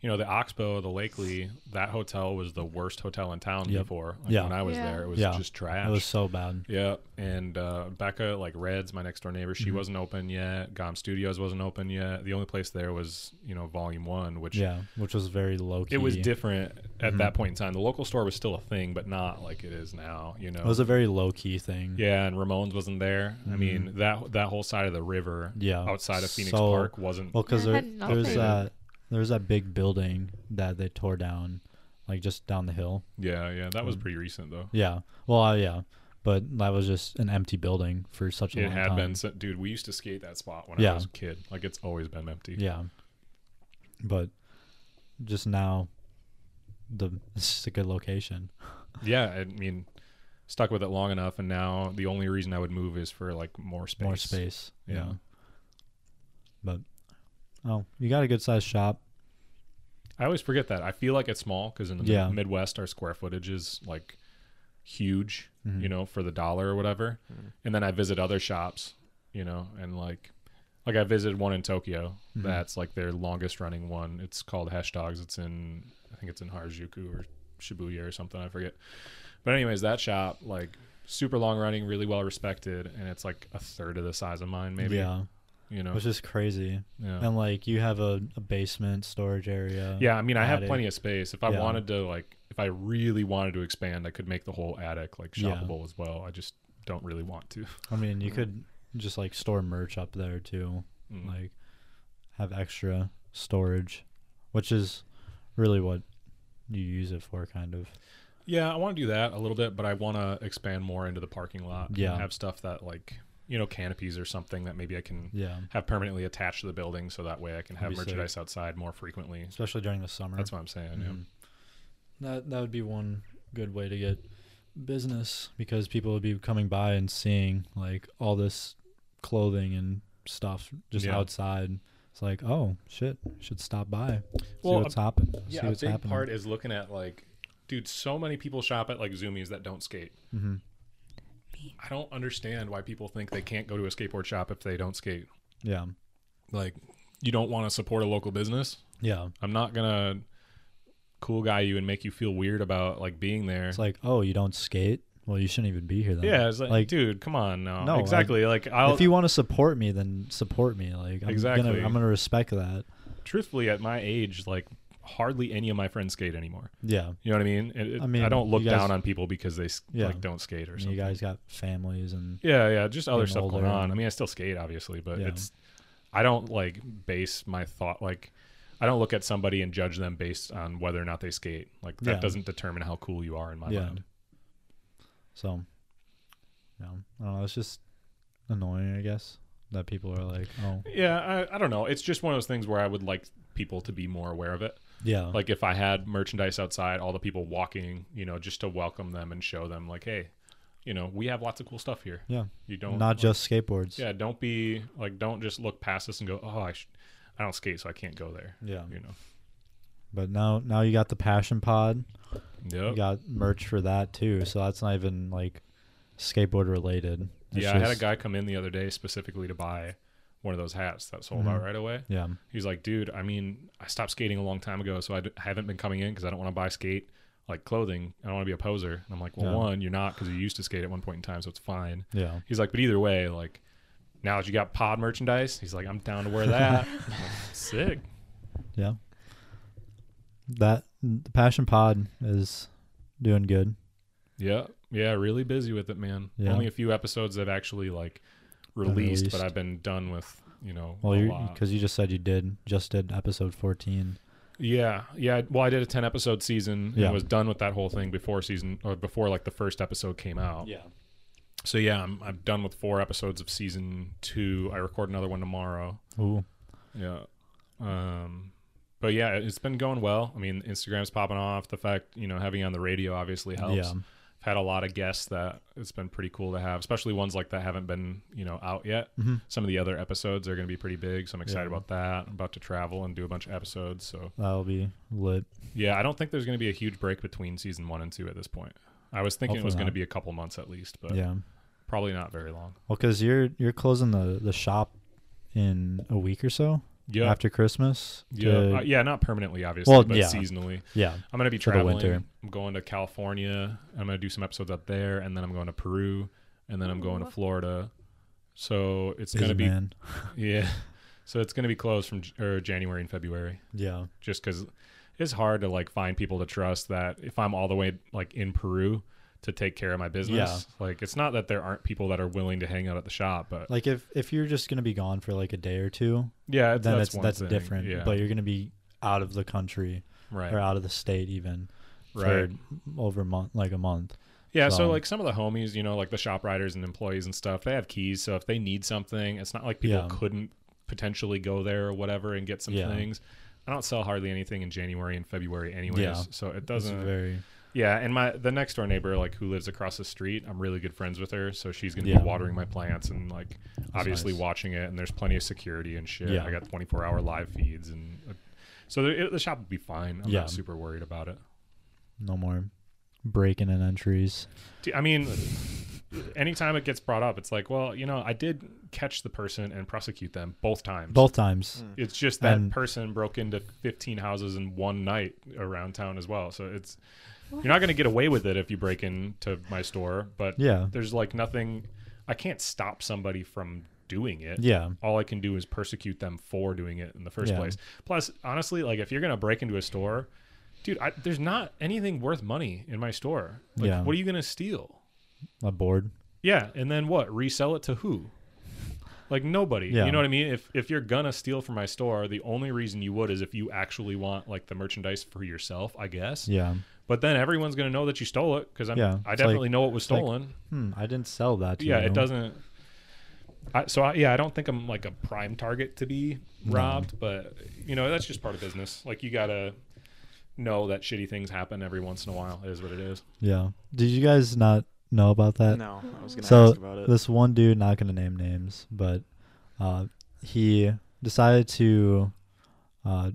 S3: you know, the Oxbow, the Lakely, that hotel was the worst hotel in town
S2: Yep.
S3: before. Like,
S2: Yeah.
S3: When I was
S4: Yeah.
S3: there, it was
S2: Yeah.
S3: just trash.
S2: It was so bad.
S3: Yeah, and uh, Becca, like Reds, my next door neighbor,
S2: Mm-hmm.
S3: she wasn't open yet. Gom Studios wasn't open yet. The only place there was, you know, Volume One, which
S2: Yeah, which was very low key. Mm-hmm.
S3: it was different at that point in time. The local store was still a thing, but not like it is now. You know,
S2: It was a very low key thing.
S3: yeah, and Ramones wasn't there. I mean that that whole side of the river,
S2: Mm-hmm. Yeah,
S3: outside of Phoenix
S2: so-
S3: Park, wasn't.
S2: Well, because
S4: Yeah,
S2: there,
S4: it had
S2: there's
S4: nothing.
S2: that there's that big building that they tore down, like just down the hill.
S3: yeah, yeah, that
S2: Mm.
S3: was pretty recent though.
S2: Yeah. Well, uh, yeah, but that was just an empty building for such a
S3: It
S2: long
S3: had
S2: time.
S3: been, so- dude. We used to skate that spot when I
S2: Yeah.
S3: was a kid. Like it's always been empty.
S2: Yeah. But just now, the it's just a good location.
S3: yeah i mean stuck with it long enough and now the only reason i would move is for like more space
S2: More space.
S3: Yeah.
S2: Yeah. But oh, you got a good sized shop.
S3: i always forget that i feel like it's small because in the
S2: Yeah.
S3: midwest our square footage is like huge,
S2: Mm-hmm.
S3: you know, for the dollar or whatever. And then I visit other shops, you know, and like like I visited one in Tokyo
S2: Mm-hmm.
S3: that's like their longest running one. It's called Hash Dogs. It's in I think it's in Harajuku or Shibuya or something, I forget. But anyways, that shop like super long running, really well respected and it's like a third of the size of mine maybe,
S2: Yeah,
S3: you know.
S2: which is crazy.
S3: yeah.
S2: And like you have a, a basement storage area.
S3: Yeah, I mean, I have
S2: attic.
S3: plenty of space. If I
S2: Yeah.
S3: wanted to, like, if I really wanted to expand, I could make the whole attic like
S2: Yeah.
S3: shoppable as well. I just don't really want to.
S2: I mean, you could just like store merch up there too,
S3: Mm.
S2: Mm-hmm. like have extra storage, which is really what you use it for, kind of.
S3: Yeah, I want to do that a little bit, but I want to expand more into the parking lot. and
S2: Yeah.
S3: have stuff that like you know canopies or something that maybe I can
S2: Yeah,
S3: have permanently attached to the building, so that way I can
S2: That'd
S3: have
S2: be sick.
S3: merchandise outside more frequently.
S2: especially during the summer.
S3: That's what I'm saying. yeah.
S2: Mhm. That that would be one good way to get business because people would be coming by and seeing like all this clothing and stuff just
S3: Yeah.
S2: outside. It's like, oh shit, should stop by. See
S3: Well,
S2: what's happening.
S3: Yeah,
S2: see
S3: a
S2: what's
S3: big
S2: happening.
S3: part is looking at like, dude, so many people shop at like Zoomies that don't skate.
S2: Mhm.
S3: I don't understand why people think they can't go to a skateboard shop if they don't skate.
S2: Yeah,
S3: Like, you don't want to support a local business.
S2: yeah.
S3: I'm not gonna cool guy you and make you feel weird about like being there.
S2: It's like, oh, you don't skate? Well, you shouldn't even be here then.
S3: yeah, it's like,
S2: like,
S3: dude, come on, no,
S2: No,
S3: exactly. like, I'll
S2: if you want to support me, then support me. Like, I'm
S3: Exactly.
S2: Gonna, I'm gonna respect that.
S3: truthfully at my age, like, hardly any of my friends skate anymore.
S2: Yeah.
S3: You know what I mean? It, it-
S2: I mean,
S3: I don't look
S2: you guys-
S3: down on people because they s-
S2: Yeah.
S3: like don't skate or
S2: And
S3: something.
S2: you guys got families and
S3: Yeah, yeah, just other
S2: Getting
S3: stuff going
S2: older.
S3: on. I mean, I still skate, obviously, but
S2: Yeah.
S3: it's I don't like base my thought like I don't look at somebody and judge them based on whether or not they skate. Like that
S2: Yeah.
S3: doesn't determine how cool you are in my
S2: Yeah.
S3: mind.
S2: So, yeah, I don't know. It's just annoying, I guess, that people are like, oh,
S3: Yeah, I, I don't know. It's just one of those things where I would like people to be more aware of it.
S2: yeah,
S3: Like if I had merchandise outside, all the people walking, you know, just to welcome them and show them like, hey, you know, we have lots of cool stuff here.
S2: yeah,
S3: You don't
S2: not
S3: like-
S2: just skateboards.
S3: yeah. Don't be like don't just look past this and go, oh, I sh- I don't skate, so I can't go there.
S2: yeah.
S3: You know.
S2: But now, now you got the passion pod.
S3: Yep.
S2: You got merch for that too. So that's not even like skateboard related. It's
S3: yeah, I had a
S2: just-
S3: guy come in the other day specifically to buy one of those hats that sold
S2: Mm-hmm.
S3: out right away.
S2: Yeah,
S3: He's like, dude, I mean, I stopped skating a long time ago, so I d- haven't been coming in because I don't want to buy skate like clothing. I don't want to be a poser. And I'm like, well,
S2: Yeah.
S3: one, you're not because you used to skate at one point in time, so it's fine.
S2: yeah.
S3: He's like, but either way, like, now that you got pod merchandise, he's like, I'm down to wear that. I'm like, Sick.
S2: Yeah. That the passion pod is doing good.
S3: Yeah, yeah, really busy with it, man.
S2: Yeah.
S3: Only a few episodes that actually like released, but
S2: released.
S3: I've been done with. You know,
S2: Well,
S3: a
S2: you
S3: lot.
S2: because you just said you did just did episode 14.
S3: Yeah, yeah. I- Well, I did a ten episode season
S2: Yeah.
S3: and was done with that whole thing before season or before like the first episode came out.
S2: Yeah.
S3: So yeah, I'm I'm done with four episodes of season two. I record another one tomorrow.
S2: Ooh.
S3: Yeah. Um, but yeah, it- it's been going well. I mean, Instagram's popping off. The fact you know having you on the radio obviously helps.
S2: Yeah.
S3: I've had a lot of guests that it's been pretty cool to have, especially ones like that haven't been you know out yet. Some of the other episodes are going to be pretty big, so I'm excited
S2: Yeah.
S3: about that. I'm about to travel and do a bunch of episodes, so
S2: That'll be lit.
S3: yeah, I don't think there's going to be a huge break between season one and two at this point. I was thinking it
S2: Hopefully
S3: was going to
S2: not.
S3: be a couple months at least, but
S2: Yeah.
S3: probably not very long.
S2: Well, because you're you're closing the the shop in a week or so
S3: Yeah,
S2: after Christmas.
S3: yeah,
S2: to-
S3: uh, yeah, not permanently, obviously,
S2: Well,
S3: but
S2: yeah.
S3: seasonally.
S2: yeah,
S3: I'm going to be
S2: For the
S3: traveling.
S2: winter.
S3: I'm going to California. I'm going to do some episodes up there, and then I'm going to Peru, and then I'm going to
S4: Ooh.
S3: Florida. So it's
S2: busy
S3: going to be
S2: man.
S3: yeah. So it's going to be closed from J- or January and February.
S2: Yeah,
S3: just because it's hard to like find people to trust that if I'm all the way like in Peru to take care of my business. Like it's not that there aren't people that are willing to hang out at the shop, but
S2: like if if you're just gonna be gone for like a day or two,
S3: yeah, it's,
S2: then
S3: that's
S2: that's
S3: one
S2: that's,
S3: thing.
S2: different.
S3: Yeah,
S2: But you're gonna be out of the country
S3: right,
S2: or out of the state even for
S3: right.
S2: over a month, like a month.
S3: Yeah, so
S2: so-
S3: like some of the homies, you know, like the shop riders and employees and stuff, they have keys. So if they need something, it's not like people
S2: Yeah.
S3: couldn't potentially go there or whatever and get some
S2: Yeah.
S3: things. I don't sell hardly anything in January and February, anyways.
S2: Yeah.
S3: So it
S2: It's
S3: doesn't.
S2: very
S3: Yeah, and my the next door neighbor, like who lives across the street, I'm really good friends with her, so she's gonna
S2: Yeah.
S3: be watering my plants and like obviously
S2: nice.
S3: watching it. And there's plenty of security and shit.
S2: Yeah.
S3: I got 24 hour live feeds, and uh, so the, it, the shop will be fine. I'm
S2: Yeah.
S3: not super worried about it.
S2: no more breaking in entries.
S3: Do- I mean, anytime it gets brought up, it's like, well, you know, I did catch the person and prosecute them both times.
S2: Both times.
S3: It's just that
S2: And-
S3: person broke into 15 houses in one night around town as well. So it's you're not going to get away with it if you break into my store, but
S2: Yeah.
S3: there's like nothing I can't stop somebody from doing it.
S2: Yeah.
S3: All I can do is persecute them for doing it in the first
S2: Yeah.
S3: place. Plus, honestly, like if you're going to break into a store, dude, I, there's not anything worth money in my store. Like
S2: Yeah.
S3: what are you going to steal?
S2: A board.
S3: Yeah, and then what? Resell it to who? Like nobody.
S2: Yeah.
S3: You know what I mean? If if you're gonna steal from my store, the only reason you would is if you actually want like the merchandise for yourself, I guess.
S2: Yeah.
S3: But then everyone's gonna know that you stole it because
S2: Yeah,
S3: I
S2: it's
S3: definitely
S2: like-
S3: know it was
S2: it's like,
S3: stolen.
S2: Hmm. I didn't sell that. To
S3: yeah,
S2: you.
S3: it doesn't. I, so I, yeah, I don't think I'm like a prime target to be robbed, but you know that's just part of business. Like you gotta know that shitty things happen every once in a while. It is what it is.
S2: Yeah. Did you guys not know about that?
S5: No, I was gonna
S2: Uh, so
S5: ask about it.
S2: this one dude, not gonna name names, but uh, he decided to uh,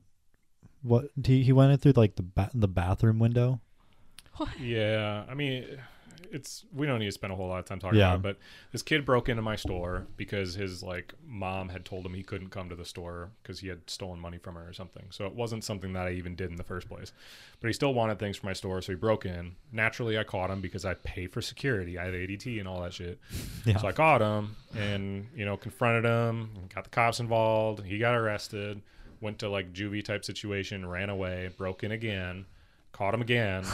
S2: what he he went in through like the ba- the bathroom window.
S3: Yeah, I mean, it's we don't need to spend a whole lot of time talking
S2: Yeah.
S3: about it, but this kid broke into my store because his like mom had told him he couldn't come to the store because he had stolen money from her or something. So it wasn't something that I even did in the first place. But he still wanted things from my store, so he broke in. Naturally, I caught him because I pay for security. I have ADT and all that shit.
S2: Yeah.
S3: So I caught him and, you know, confronted him, got the cops involved. He got arrested, went to like juvie type situation, ran away, broke in again, caught him again.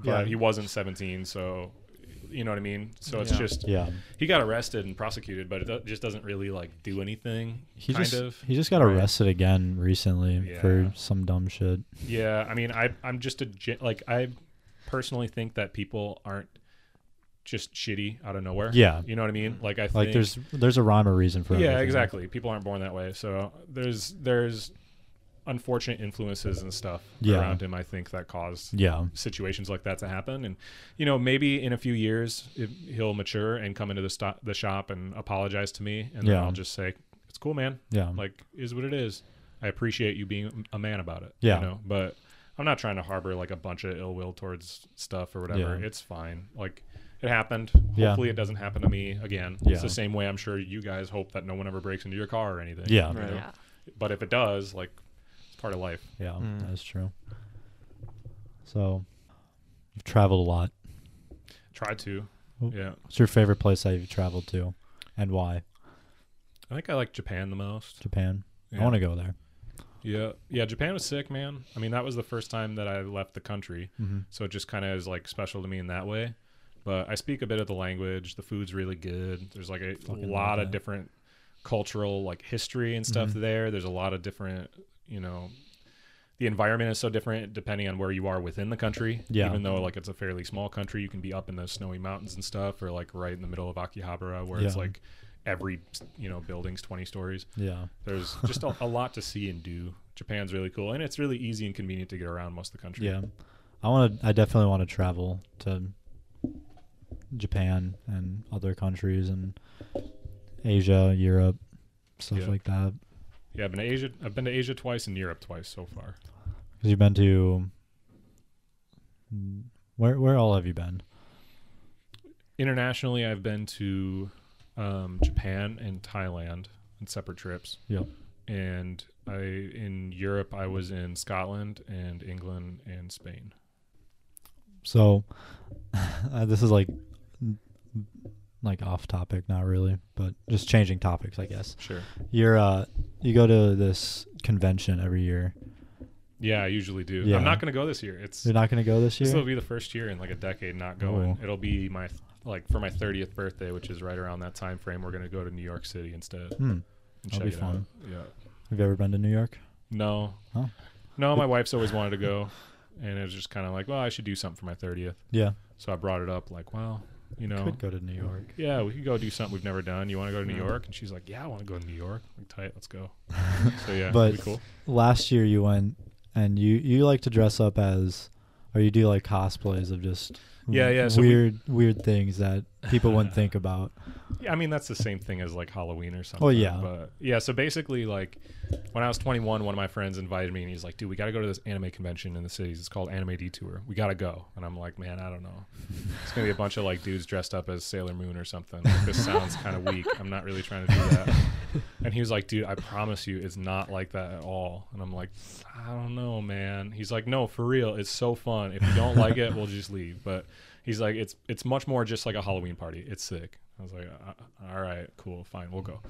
S3: But
S2: Yeah.
S3: he wasn't 17, so you know what I mean? So it's
S5: Yeah.
S3: just
S2: yeah.
S3: he got arrested and prosecuted, but it do- just doesn't really like do anything.
S2: He
S3: kind
S2: just
S3: of.
S2: he just got
S3: right?
S2: arrested again recently for
S3: Yeah.
S2: some dumb shit.
S3: Yeah, I mean, I I'm just a gen- like I personally think that people aren't just shitty out of nowhere.
S2: Yeah.
S3: you know what I mean? Like I think,
S2: Like there's there's a rhyme or reason for
S3: yeah,
S2: everything.
S3: exactly. People aren't born that way, so there's there's unfortunate influences and stuff
S2: Yeah.
S3: around him. I think that caused
S2: Yeah.
S3: situations like that to happen and you know maybe in a few years if he'll mature and come into the sto- the shop and apologize to me and then
S2: Yeah.
S3: I'll just say it's cool man
S2: Yeah.
S3: like is what it is I appreciate you being a man about it
S2: Yeah.
S3: you know but I'm not trying to harbor like a bunch of ill will towards stuff or whatever
S2: Yeah.
S3: it's fine like it happened
S2: Yeah.
S3: hopefully it doesn't happen to me again
S2: Yeah.
S3: it's the same way I'm sure you guys hope that no one ever breaks into your car or anything
S2: Yeah.
S3: you
S5: Right.
S3: know?
S4: Yeah.
S3: but if it does like it's part of life
S2: Yeah,
S5: Mm.
S2: that's true. So, you've traveled a lot.
S3: try to
S2: Oh.
S3: yeah
S2: What's your favorite place that you've traveled to, and why?
S3: I think I like Japan the most
S2: Japan. I
S3: Yeah.
S2: want to go there.
S3: Yeah, yeah. Japan was sick, man. I mean, that was the first time that I left the country,
S2: Mm-hmm.
S3: so it just kind of is like special to me in that way. But I speak a bit of the language. The food's really good. There's like a
S2: Fucking love
S3: lot of
S2: that. Mm-hmm.
S3: different cultural like history and stuff there. There's a lot of different, you know, the environment is so different depending on where you are within the country.
S2: Yeah.
S3: Even though like it's a fairly small country, you can be up in the snowy mountains and stuff, or like right in the middle of Akihabara, where it's
S2: Yeah.
S3: like every you know building's 20 stories
S2: Yeah,
S3: there's just a, a lot to see and do. Japan's really cool, and it's really easy and convenient to get around most of the country.
S2: yeah. I want to. I definitely want to travel to Japan and other countries and Asia, Europe, stuff
S3: Yeah.
S2: like that.
S3: yeah. I've been to Asia. I've been to Asia twice and Europe twice so far.
S2: Because you've been to Mm, where? Where all have you been?
S3: Internationally, I've been to um, Japan and Thailand on separate trips,
S2: Yeah.
S3: and I in Europe I was in Scotland and England and Spain.
S2: So uh, this is like n- like off topic, not really, but just changing topics, I guess.
S3: Sure.
S2: You're uh you go to this convention every year.
S3: Yeah, I usually do.
S2: Yeah.
S3: I'm not going to go this year. It's
S2: You're not Oh. gonna go this
S3: This will
S2: year.
S3: be the first year in like a decade not going.
S2: Ooh.
S3: It'll be my like for my 30th birthday, which is right around that time frame. We're gonna go to New York City instead.
S2: Hmm.
S3: and
S2: that'll be
S3: out.
S2: fun.
S3: Yeah.
S2: Have you ever been to New York?
S3: No.
S2: Huh.
S3: No, my wife's always wanted to go, and it was just kind of like, well, I should do something for my 30th.
S2: Yeah,
S3: So I brought it up, like, well, you know,
S2: could go to New York.
S3: yeah, we could go do something we've never done. You want to go to New
S5: Yeah.
S3: York? And she's like, yeah, I want to go to New York. I'm like, tight, let's go. so yeah,
S2: But-
S3: it'd be cool.
S2: Last year you went, and you you like to dress up as, or you do like cosplays of just
S3: Yeah, yeah, so we-
S2: weird weird things that people wouldn't think about.
S3: Yeah, I mean that's the same thing as like Halloween or something.
S2: Oh, yeah.
S3: But yeah, so basically like when I was 21, one of my friends invited me and he's like, "Dude, we got to go to this anime convention in the cities. It's called Anime Detour. We got to go." And I'm like, "Man, I don't know. It's going to be a bunch of like dudes dressed up as Sailor Moon or something. Like, this sounds kind of weak. I'm not really trying to do that." And he was like, "Dude, I promise you it's not like that at all." And I'm like, "I don't know, man." He's like, "No, for real. It's so fun. If you don't like it, we'll just leave." But he's like it's it's much more just like a halloween party it's sick i was like "Uh, uh, all right cool fine we'll go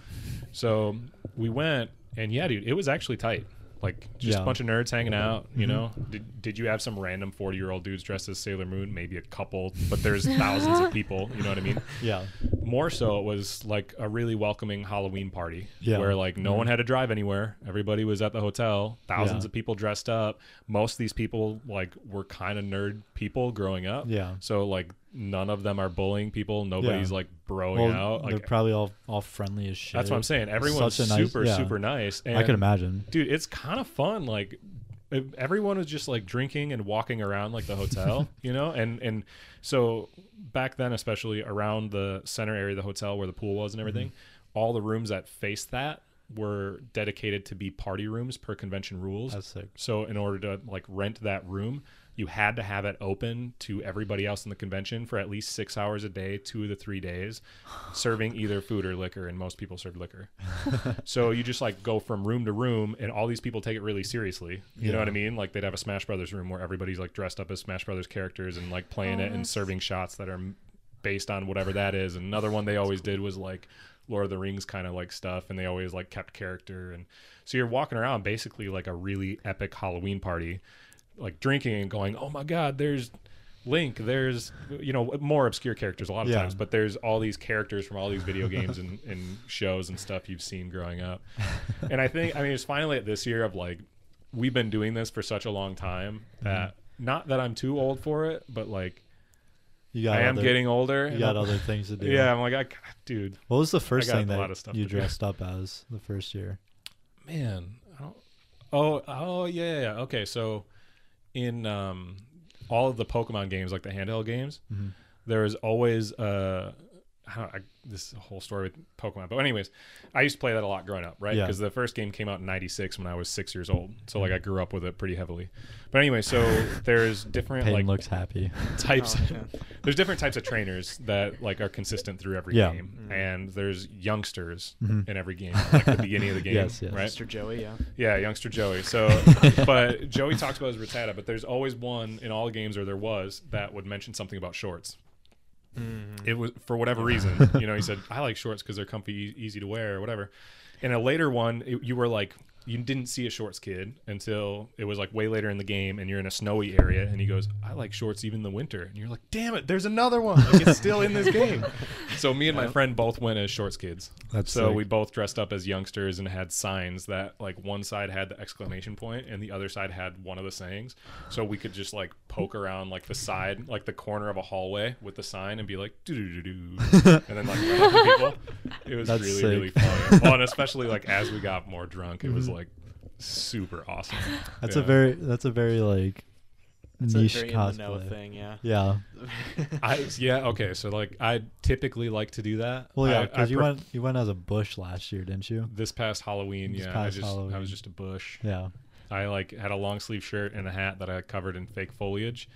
S3: so we went and yeah dude it was actually tight like
S2: Yeah.
S3: just
S2: Mm-hmm.
S3: a bunch of nerds hanging out you know did, did you have some random 40 year old dudes dressed as sailor moon maybe a couple but there's thousands of people you know what i mean
S2: Yeah.
S3: more so it was like a really welcoming halloween party
S2: Yeah. Mm-hmm.
S3: where like no one had to drive anywhere everybody was at the hotel thousands
S2: Yeah.
S3: of people dressed up most of these people like were kind of nerd people growing up
S2: Yeah.
S3: so like none of them are bullying people nobody's
S2: Yeah.
S3: like broing
S2: Well,
S3: out
S2: they're
S3: like
S2: probably all all friendly as shit.
S3: that's what i'm saying everyone's
S2: Such a nice-
S3: super
S2: yeah.
S3: super nice and
S2: I could imagine.
S3: dude it's kind of fun like if everyone was just like drinking and walking around like the hotel you know and and so back then especially around the center area of the hotel where the pool was and everything
S2: Mm-hmm.
S3: all the rooms that faced that were dedicated to be party rooms per convention rules
S2: That's sick.
S3: so in order to like rent that room you had to have it open to everybody else in the convention for at least six hours a day two of the three days serving either food or liquor and most people served liquor so you just like go from room to room, and all these people take it really seriously. You know what I mean? Like they'd have a Smash Brothers room where everybody's like dressed up as Smash Brothers characters and like playing
S4: Oh,
S3: it and
S4: that's-
S3: serving shots that are m- based on whatever that is. And another one they always did was like Lord of the Rings kind of like stuff, and they always like kept character. And so you're walking around basically like a really epic Halloween party, like drinking and going, "Oh my God, there's." Link, there's you know more obscure characters a lot of
S2: Yeah.
S3: times, but there's all these characters from all these video games and, and shows and stuff you've seen growing up. And I think I mean it's finally at this year of like we've been doing this for such a long time that not that I'm too old for it, but like
S2: You got
S3: I am
S2: other-
S3: getting older.
S2: You
S3: and
S2: got
S3: I'm-
S2: other things to do.
S3: yeah, I'm like I, God, dude,
S2: What was the first
S3: got
S2: thing
S3: a lot of
S2: that
S3: stuff
S2: you
S3: to do.
S2: dressed up as the first year?
S3: man, I don't. Oh, oh yeah, yeah, yeah. Okay, so in um all of the Pokemon games, like the handheld games,
S2: Mm-hmm.
S3: there is always uh, I don't, I, this is a whole story with Pokemon. But anyways, I used to play that a lot growing up, right?
S2: Yeah. Mm-hmm.
S3: Because the first game came out in '96 when I was six years old, so like I grew up with it pretty heavily. But anyway, so there's different
S2: Payton
S3: like
S2: looks happy.
S3: types.
S5: Oh, yeah.
S3: there's different types of trainers that like are consistent through every
S2: Yeah.
S3: game, and there's youngsters
S2: Mm-hmm.
S3: in every game, like the beginning of the game,
S2: Yes, yes.
S3: right?
S5: Mr. Joey, yeah.
S3: Yeah, youngster Joey. So, but Joey talks about his rotata, but there's always one in all the games, or there was, that would mention something about shorts.
S2: Mm-hmm.
S3: It was for whatever reason, you know. He said, "I like shorts because they're comfy, e- easy to wear, or whatever." In a later one, it, you were like, you didn't see a shorts kid until it was like way later in the game, and you're in a snowy area, and he goes, "I like shorts even in the winter," and you're like, "Damn it, there's another one! Like, it's still in this game." So me and my friend both went as shorts kids.
S2: That's
S3: so
S2: sick.
S3: we both dressed up as youngsters and had signs that like one side had the exclamation point and the other side had one of the sayings. So we could just like poke around like the side, like the corner of a hallway with the sign and be like doo doo doo doo, and then like run up to people. It was
S2: That's
S3: really
S2: sick.
S3: really fun. Oh, and especially like as we got more drunk, it was like super awesome.
S2: Mm-hmm. That's a
S3: Yeah.
S2: very that's a very like
S5: That's
S2: niche
S5: a very in the
S2: cosplay.
S5: know thing, yeah.
S2: Yeah.
S3: I yeah okay. So like I typically like to do that.
S2: Well, yeah,
S3: I- I
S2: because you
S3: pref-
S2: went you went as a bush last year, didn't you?
S3: This past Halloween,
S2: This
S3: yeah,
S2: past
S3: I just I
S2: Halloween.
S3: was just a bush.
S2: Yeah.
S3: I like had a long sleeve shirt and a hat that I covered in fake foliage.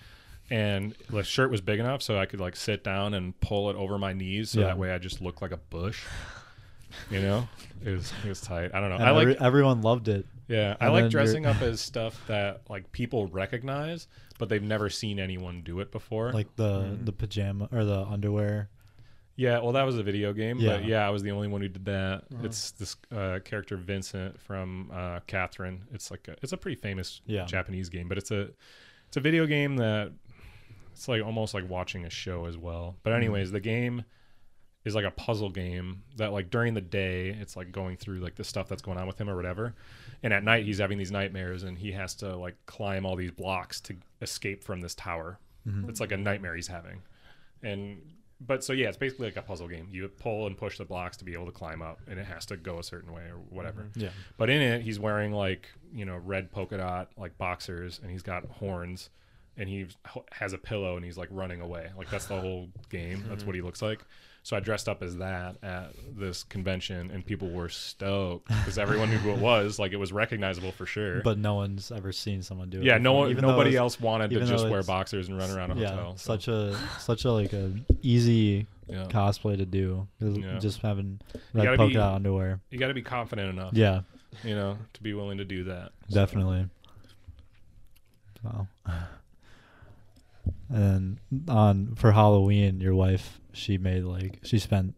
S3: And the shirt was big enough so I could like sit down and pull it over my knees so
S2: Yeah.
S3: that way I just looked like a bush. You know? It was it was tight. I don't know.
S2: And
S3: I like
S2: every- everyone loved it.
S3: yeah, I
S2: and
S3: like
S2: then you're-
S3: dressing up as stuff that like people recognize but they've never seen anyone do it before.
S2: Like the
S3: Mm-hmm.
S2: the pajama or the underwear.
S3: Yeah, well, that was a video game, but
S2: Yeah.
S3: yeah, I was the only one who did that. It's this uh, character Vincent from uh, Catherine. It's like a, it's a pretty famous
S2: Yeah.
S3: Japanese game, but it's a it's a video game that it's like almost like watching a show as well.
S2: Mm-hmm.
S3: But anyways, the game is like a puzzle game that like during the day it's like going through like the stuff that's going on with him or whatever and at night he's having these nightmares and he has to like climb all these blocks to escape from this tower it's like a nightmare he's having and but so yeah it's basically like a puzzle game you pull and push the blocks to be able to climb up and it has to go a certain way or whatever
S2: Yeah.
S3: but in it he's wearing like you know red polka dot like boxers and he's got horns and he has a pillow and he's like running away. Like that's the whole game. That's what he looks like. So I dressed up as that at this convention, and people were stoked because everyone knew who it was. Like it was recognizable for sure.
S2: But no one's ever seen someone do it.
S3: yeah, no
S2: before,
S3: one,
S2: even though
S3: nobody
S2: it's-
S3: else wanted to
S2: even though
S3: just wear
S2: it's-
S3: boxers and run around a
S2: yeah,
S3: hotel. so,
S2: such a such a like a easy
S3: yeah.
S2: cosplay to do. 'cause
S3: Yeah.
S2: Just having red
S3: gotta
S2: polka
S3: be-
S2: dot underwear.
S3: you got to be confident enough,
S2: Yeah,
S3: you know, to be willing to do that. So,
S2: definitely. Wow. And on for Halloween, your wife she made like she spent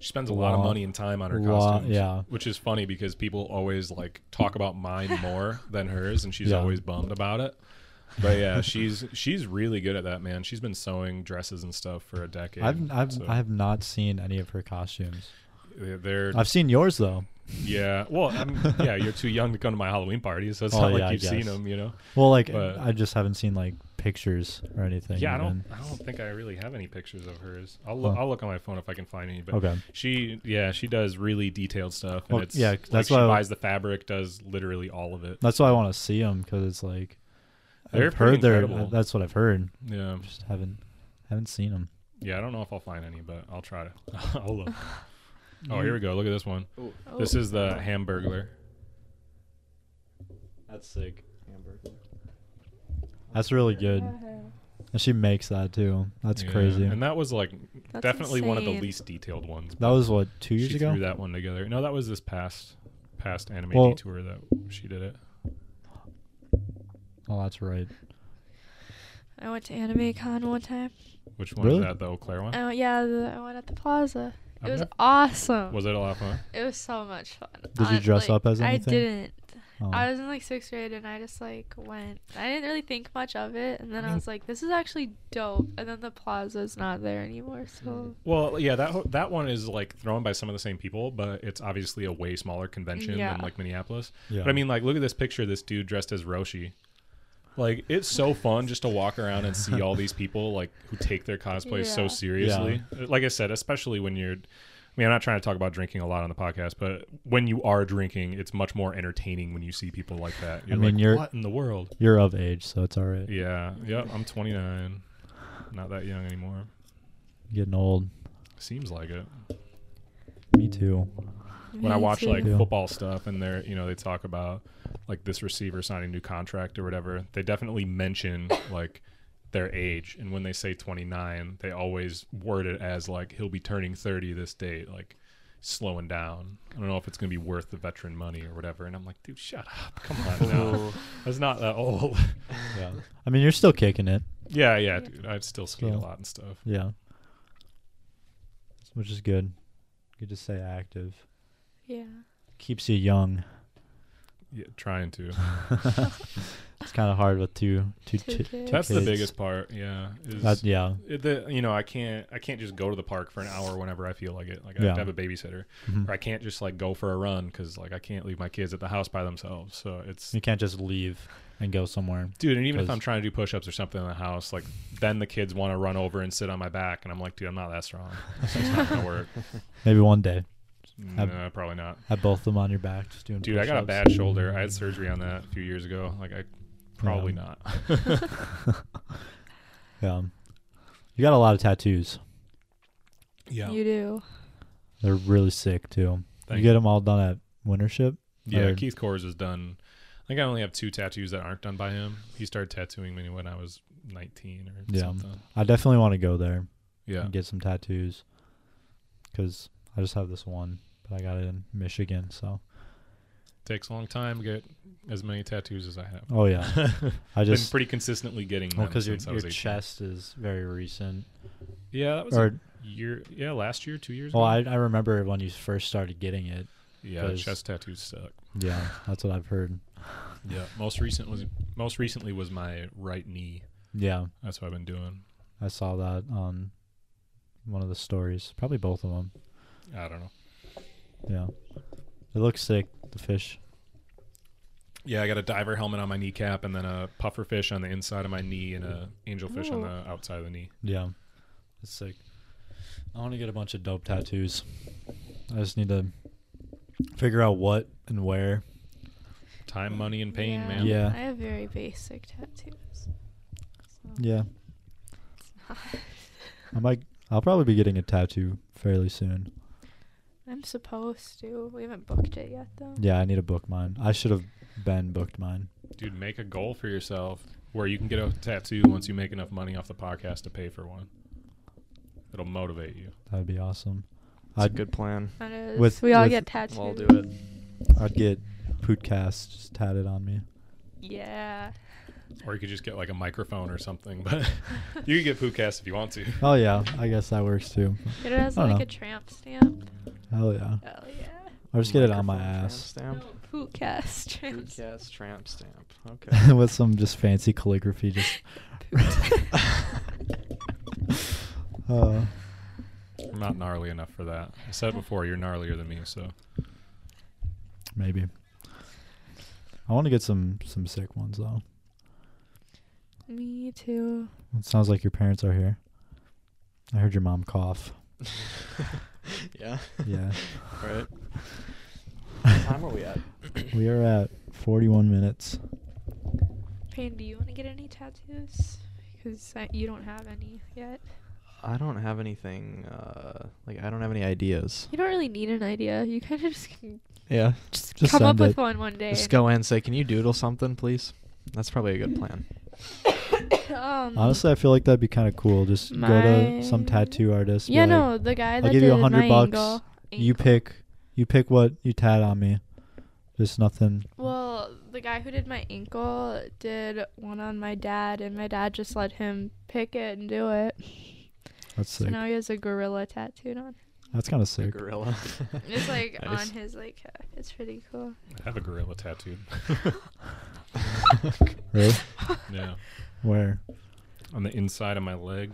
S3: she spends a lot of
S2: Lot-
S3: money and time on her
S2: lot-
S3: costumes.
S2: yeah.
S3: which is funny because people always like talk about mine more than hers, and she's
S2: Yeah.
S3: always bummed about it. But yeah, she's she's really good at that, man. She's been sewing dresses and stuff for a decade.
S2: I've I've
S3: so
S2: I have not seen any of her costumes.
S3: they're- they're
S2: I've seen yours though.
S3: Yeah. Well, I'm, yeah, you're too young to come to my Halloween party, so it's
S2: Oh,
S3: not
S2: yeah, I
S3: like you've seen
S2: guess.
S3: them, you know.
S2: Well, like
S3: But-
S2: I just haven't seen like pictures or anything.
S3: Yeah, I don't.
S2: even.
S3: I don't think I really have any pictures of hers. I'll look.
S2: Huh.
S3: I'll look on my phone if I can find any. But
S2: Okay.
S3: she, yeah, she does really detailed stuff, and
S2: Well,
S3: it's
S2: yeah,
S3: like,
S2: that's
S3: she
S2: why I-
S3: buys the fabric, does literally all of it.
S2: That's why I want to see them because it's like
S3: They're
S2: I've heard
S3: pretty
S2: they're.
S3: incredible.
S2: That's what I've heard.
S3: Yeah,
S2: Just haven't haven't seen them.
S3: yeah. I don't know if I'll find any, but I'll try to. I'll look. Oh, here we go. Look at this one.
S4: Oh,
S3: This is the Hamburglar.
S2: That's sick. That's really good. And she makes that too. That's
S3: Yeah,
S2: crazy.
S3: And that was like
S4: That's
S3: definitely one of the
S4: insane.
S3: least detailed ones.
S2: That was what two years
S3: she
S2: ago.
S3: threw that one together. No, that was this past past anime
S2: Well-
S3: detour that she did it.
S2: Oh, that's right.
S4: I went to Anime Con one time.
S3: Which one
S2: Really?
S3: is that? The Eau Claire one?
S4: Oh yeah, the, I went at the plaza.
S3: I've
S4: It was
S3: never-
S4: awesome.
S3: was it a lot of fun?
S4: It was so much fun.
S2: Did you dress
S4: like,
S2: up as anything?
S4: I didn't.
S2: Oh.
S4: I was in like sixth grade and I just like went. I didn't really think much of it, and then
S2: Mm.
S4: I was like, "This is actually dope." And then the plaza's not there anymore, so
S3: Well, yeah, that ho- that one is like thrown by some of the same people, but it's obviously a way smaller convention
S4: Yeah.
S3: than like Minneapolis.
S2: yeah.
S3: But I mean, like, look at this picture. of This dude dressed as Roshi. Like, it's so fun just to walk around and see all these people like who take their cosplay so
S4: Yeah.
S3: seriously. Like I said, especially when you're. I mean, I'm not trying to talk about drinking a lot on the podcast, but when you are drinking, it's much more entertaining when you see people like that. You're
S2: mean,
S3: like,
S2: you're-
S3: what in the world?
S2: you're of age, so it's all right.
S3: Yeah. Yep. I'm 29. Not that young anymore.
S2: Getting old.
S3: Seems like it.
S2: Me too.
S3: Mm. When I
S4: Me
S3: watch
S4: too.
S3: like
S2: Yeah.
S3: football stuff and they're, you know, they talk about like this receiver signing a new contract or whatever, they definitely mention like their age. And when they say 29, they always word it as like he'll be turning 30 this date, like slowing down. I don't know if it's going to be worth the veteran money or whatever. And I'm like, dude, shut up. Come on now. That's not that old.
S2: Yeah. I mean, you're still kicking it.
S3: yeah. Yeah. Dude, I still skate a
S2: So-
S3: lot and stuff.
S2: Yeah. Which is good. Good to stay active.
S4: yeah,
S2: Keeps you young.
S3: Yeah. Trying to.
S2: It's kind of hard with two, two,
S4: Two
S2: two, two
S4: kids.
S3: That's the
S2: kids.
S3: biggest part. Yeah. is-
S2: That, yeah.
S3: it- the, you know, I can't I can't just go to the park for an hour whenever I feel like it. Like I
S2: Yeah.
S3: have to have a babysitter,
S2: Mhm.
S3: or I can't just like go for a run because like I can't leave my kids at the house by themselves. So it's
S2: Mm-hmm. You can't just leave and go somewhere.
S3: dude, and even if
S2: 'cause-
S3: I'm trying to do push-ups or something in the house, like then the kids want to run over and sit on my back, and I'm like, dude, I'm not that strong. It's not gonna work. Mm,
S2: Maybe one day. Have-
S3: no, probably not.
S2: Have both of them on your back just doing
S3: Dude, I got a
S2: push-ups.
S3: bad shoulder. I had surgery on that a few years ago. Like I probably
S2: Yeah.
S3: not.
S2: Yeah. You got a lot of tattoos.
S3: Yeah.
S4: you do.
S2: They're really sick too.
S3: Thank
S2: you
S3: you.
S2: get them all done at wintership.
S3: Yeah,
S2: Or-
S3: Keith Kors is done. I think I only have two tattoos that aren't done by him. He started tattooing me when I was 19 or
S2: Yeah. Mm.
S3: something.
S2: I definitely want to go there
S3: Yeah.
S2: and get some tattoos because I just have this one, but I got it in Michigan. So,
S3: Takes a long time to get as many tattoos as I have.
S2: oh yeah, I
S3: Been
S2: just
S3: pretty consistently getting them
S2: well because your,
S3: since I was
S2: your
S3: 18.
S2: chest is very recent.
S3: Yeah, that was a
S2: Or
S3: year. Yeah, last year, two years
S2: well, I,
S3: ago.
S2: I remember when you first started getting it.
S3: yeah,
S2: was-
S3: chest tattoos suck.
S2: Yeah, that's what I've heard.
S3: Yeah. Most recent was most recently was my right knee.
S2: Yeah,
S3: That's what I've been doing.
S2: I saw that on one of the stories. Probably both of them.
S3: I don't know.
S2: Yeah, it looks sick. The fish.
S3: Yeah, I got a diver helmet on my kneecap and then a puffer fish on the inside of my knee and a angelfish on
S4: Ooh.
S3: the outside of the knee.
S2: Yeah, it's sick. I want to get a bunch of dope tattoos. I just need to figure out what and where.
S3: Time, money, and pain,
S4: yeah.
S3: man.
S2: Yeah.
S4: I have very basic tattoos.
S2: Yeah. I might. I'll probably be getting a tattoo fairly soon.
S4: I'm supposed to. We haven't booked it yet, though.
S2: Yeah, I need to book mine. I should have been booked mine.
S3: Dude, make a goal for yourself where you can get a tattoo once you make enough money off the podcast to pay for one. It'll motivate you.
S2: That would be awesome.
S5: That's a
S2: I'd
S5: good plan.
S4: That is.
S2: With-
S4: we all
S2: with-
S4: get tattoos.
S5: We'll do it.
S2: I'd get Pootcast just tatted on me.
S4: Yeah.
S3: Or you could just get like a microphone or something. But you can get Poocast if you want to.
S2: Oh yeah, I guess that works too.
S4: Get it as
S2: I don't
S4: like
S2: know.
S4: a tramp stamp.
S2: Hell yeah.
S4: Oh yeah.
S2: Or just get it on my
S5: Microphone tramp
S2: ass
S5: Stamp.
S4: No, poot cast tramp.
S5: Big ass tramp stamp. Okay.
S2: with some just fancy calligraphy. Just. uh,
S3: I'm not gnarly enough for that. I said before, you're gnarlier than me, so
S2: maybe. I want to get some some sick ones though.
S4: Me too.
S2: It sounds like your parents are here. I heard your mom cough.
S5: yeah.
S2: Yeah.
S5: All right. What time are we at?
S2: we are at 41 minutes.
S4: Payne, do you want to get any tattoos? Because you don't have any yet.
S5: I don't have anything. Uh, like I don't have any ideas.
S4: You don't really need an idea. You kind of just can
S5: Yeah.
S4: just,
S2: Just
S4: come up
S2: send it.
S4: with one one day.
S5: Just go in and say, "Can you doodle something, please?" That's probably a good plan.
S4: um,
S2: Honestly, I feel like that'd be kind of cool. Just go to some
S4: My-
S2: tattoo artist. be
S4: yeah,
S2: like,
S4: no, the guy that
S2: give you
S4: did
S2: a hundred
S4: my
S2: bucks,
S4: ankle-
S2: You
S4: ankle-
S2: pick, you pick what you tat on me. Just nothing.
S4: Well, the guy who did my ankle did one on my dad, and my dad just let him pick it and do it.
S2: That's
S4: So
S2: sick.
S4: now he has a gorilla tattooed on.
S2: That's kind of sick.
S5: gorilla.
S4: him. It's like
S5: Nice.
S4: on his like. uh, It's pretty cool.
S3: I have a gorilla tattoo.
S2: Really?
S3: yeah.
S2: Where?
S3: On the inside of my leg.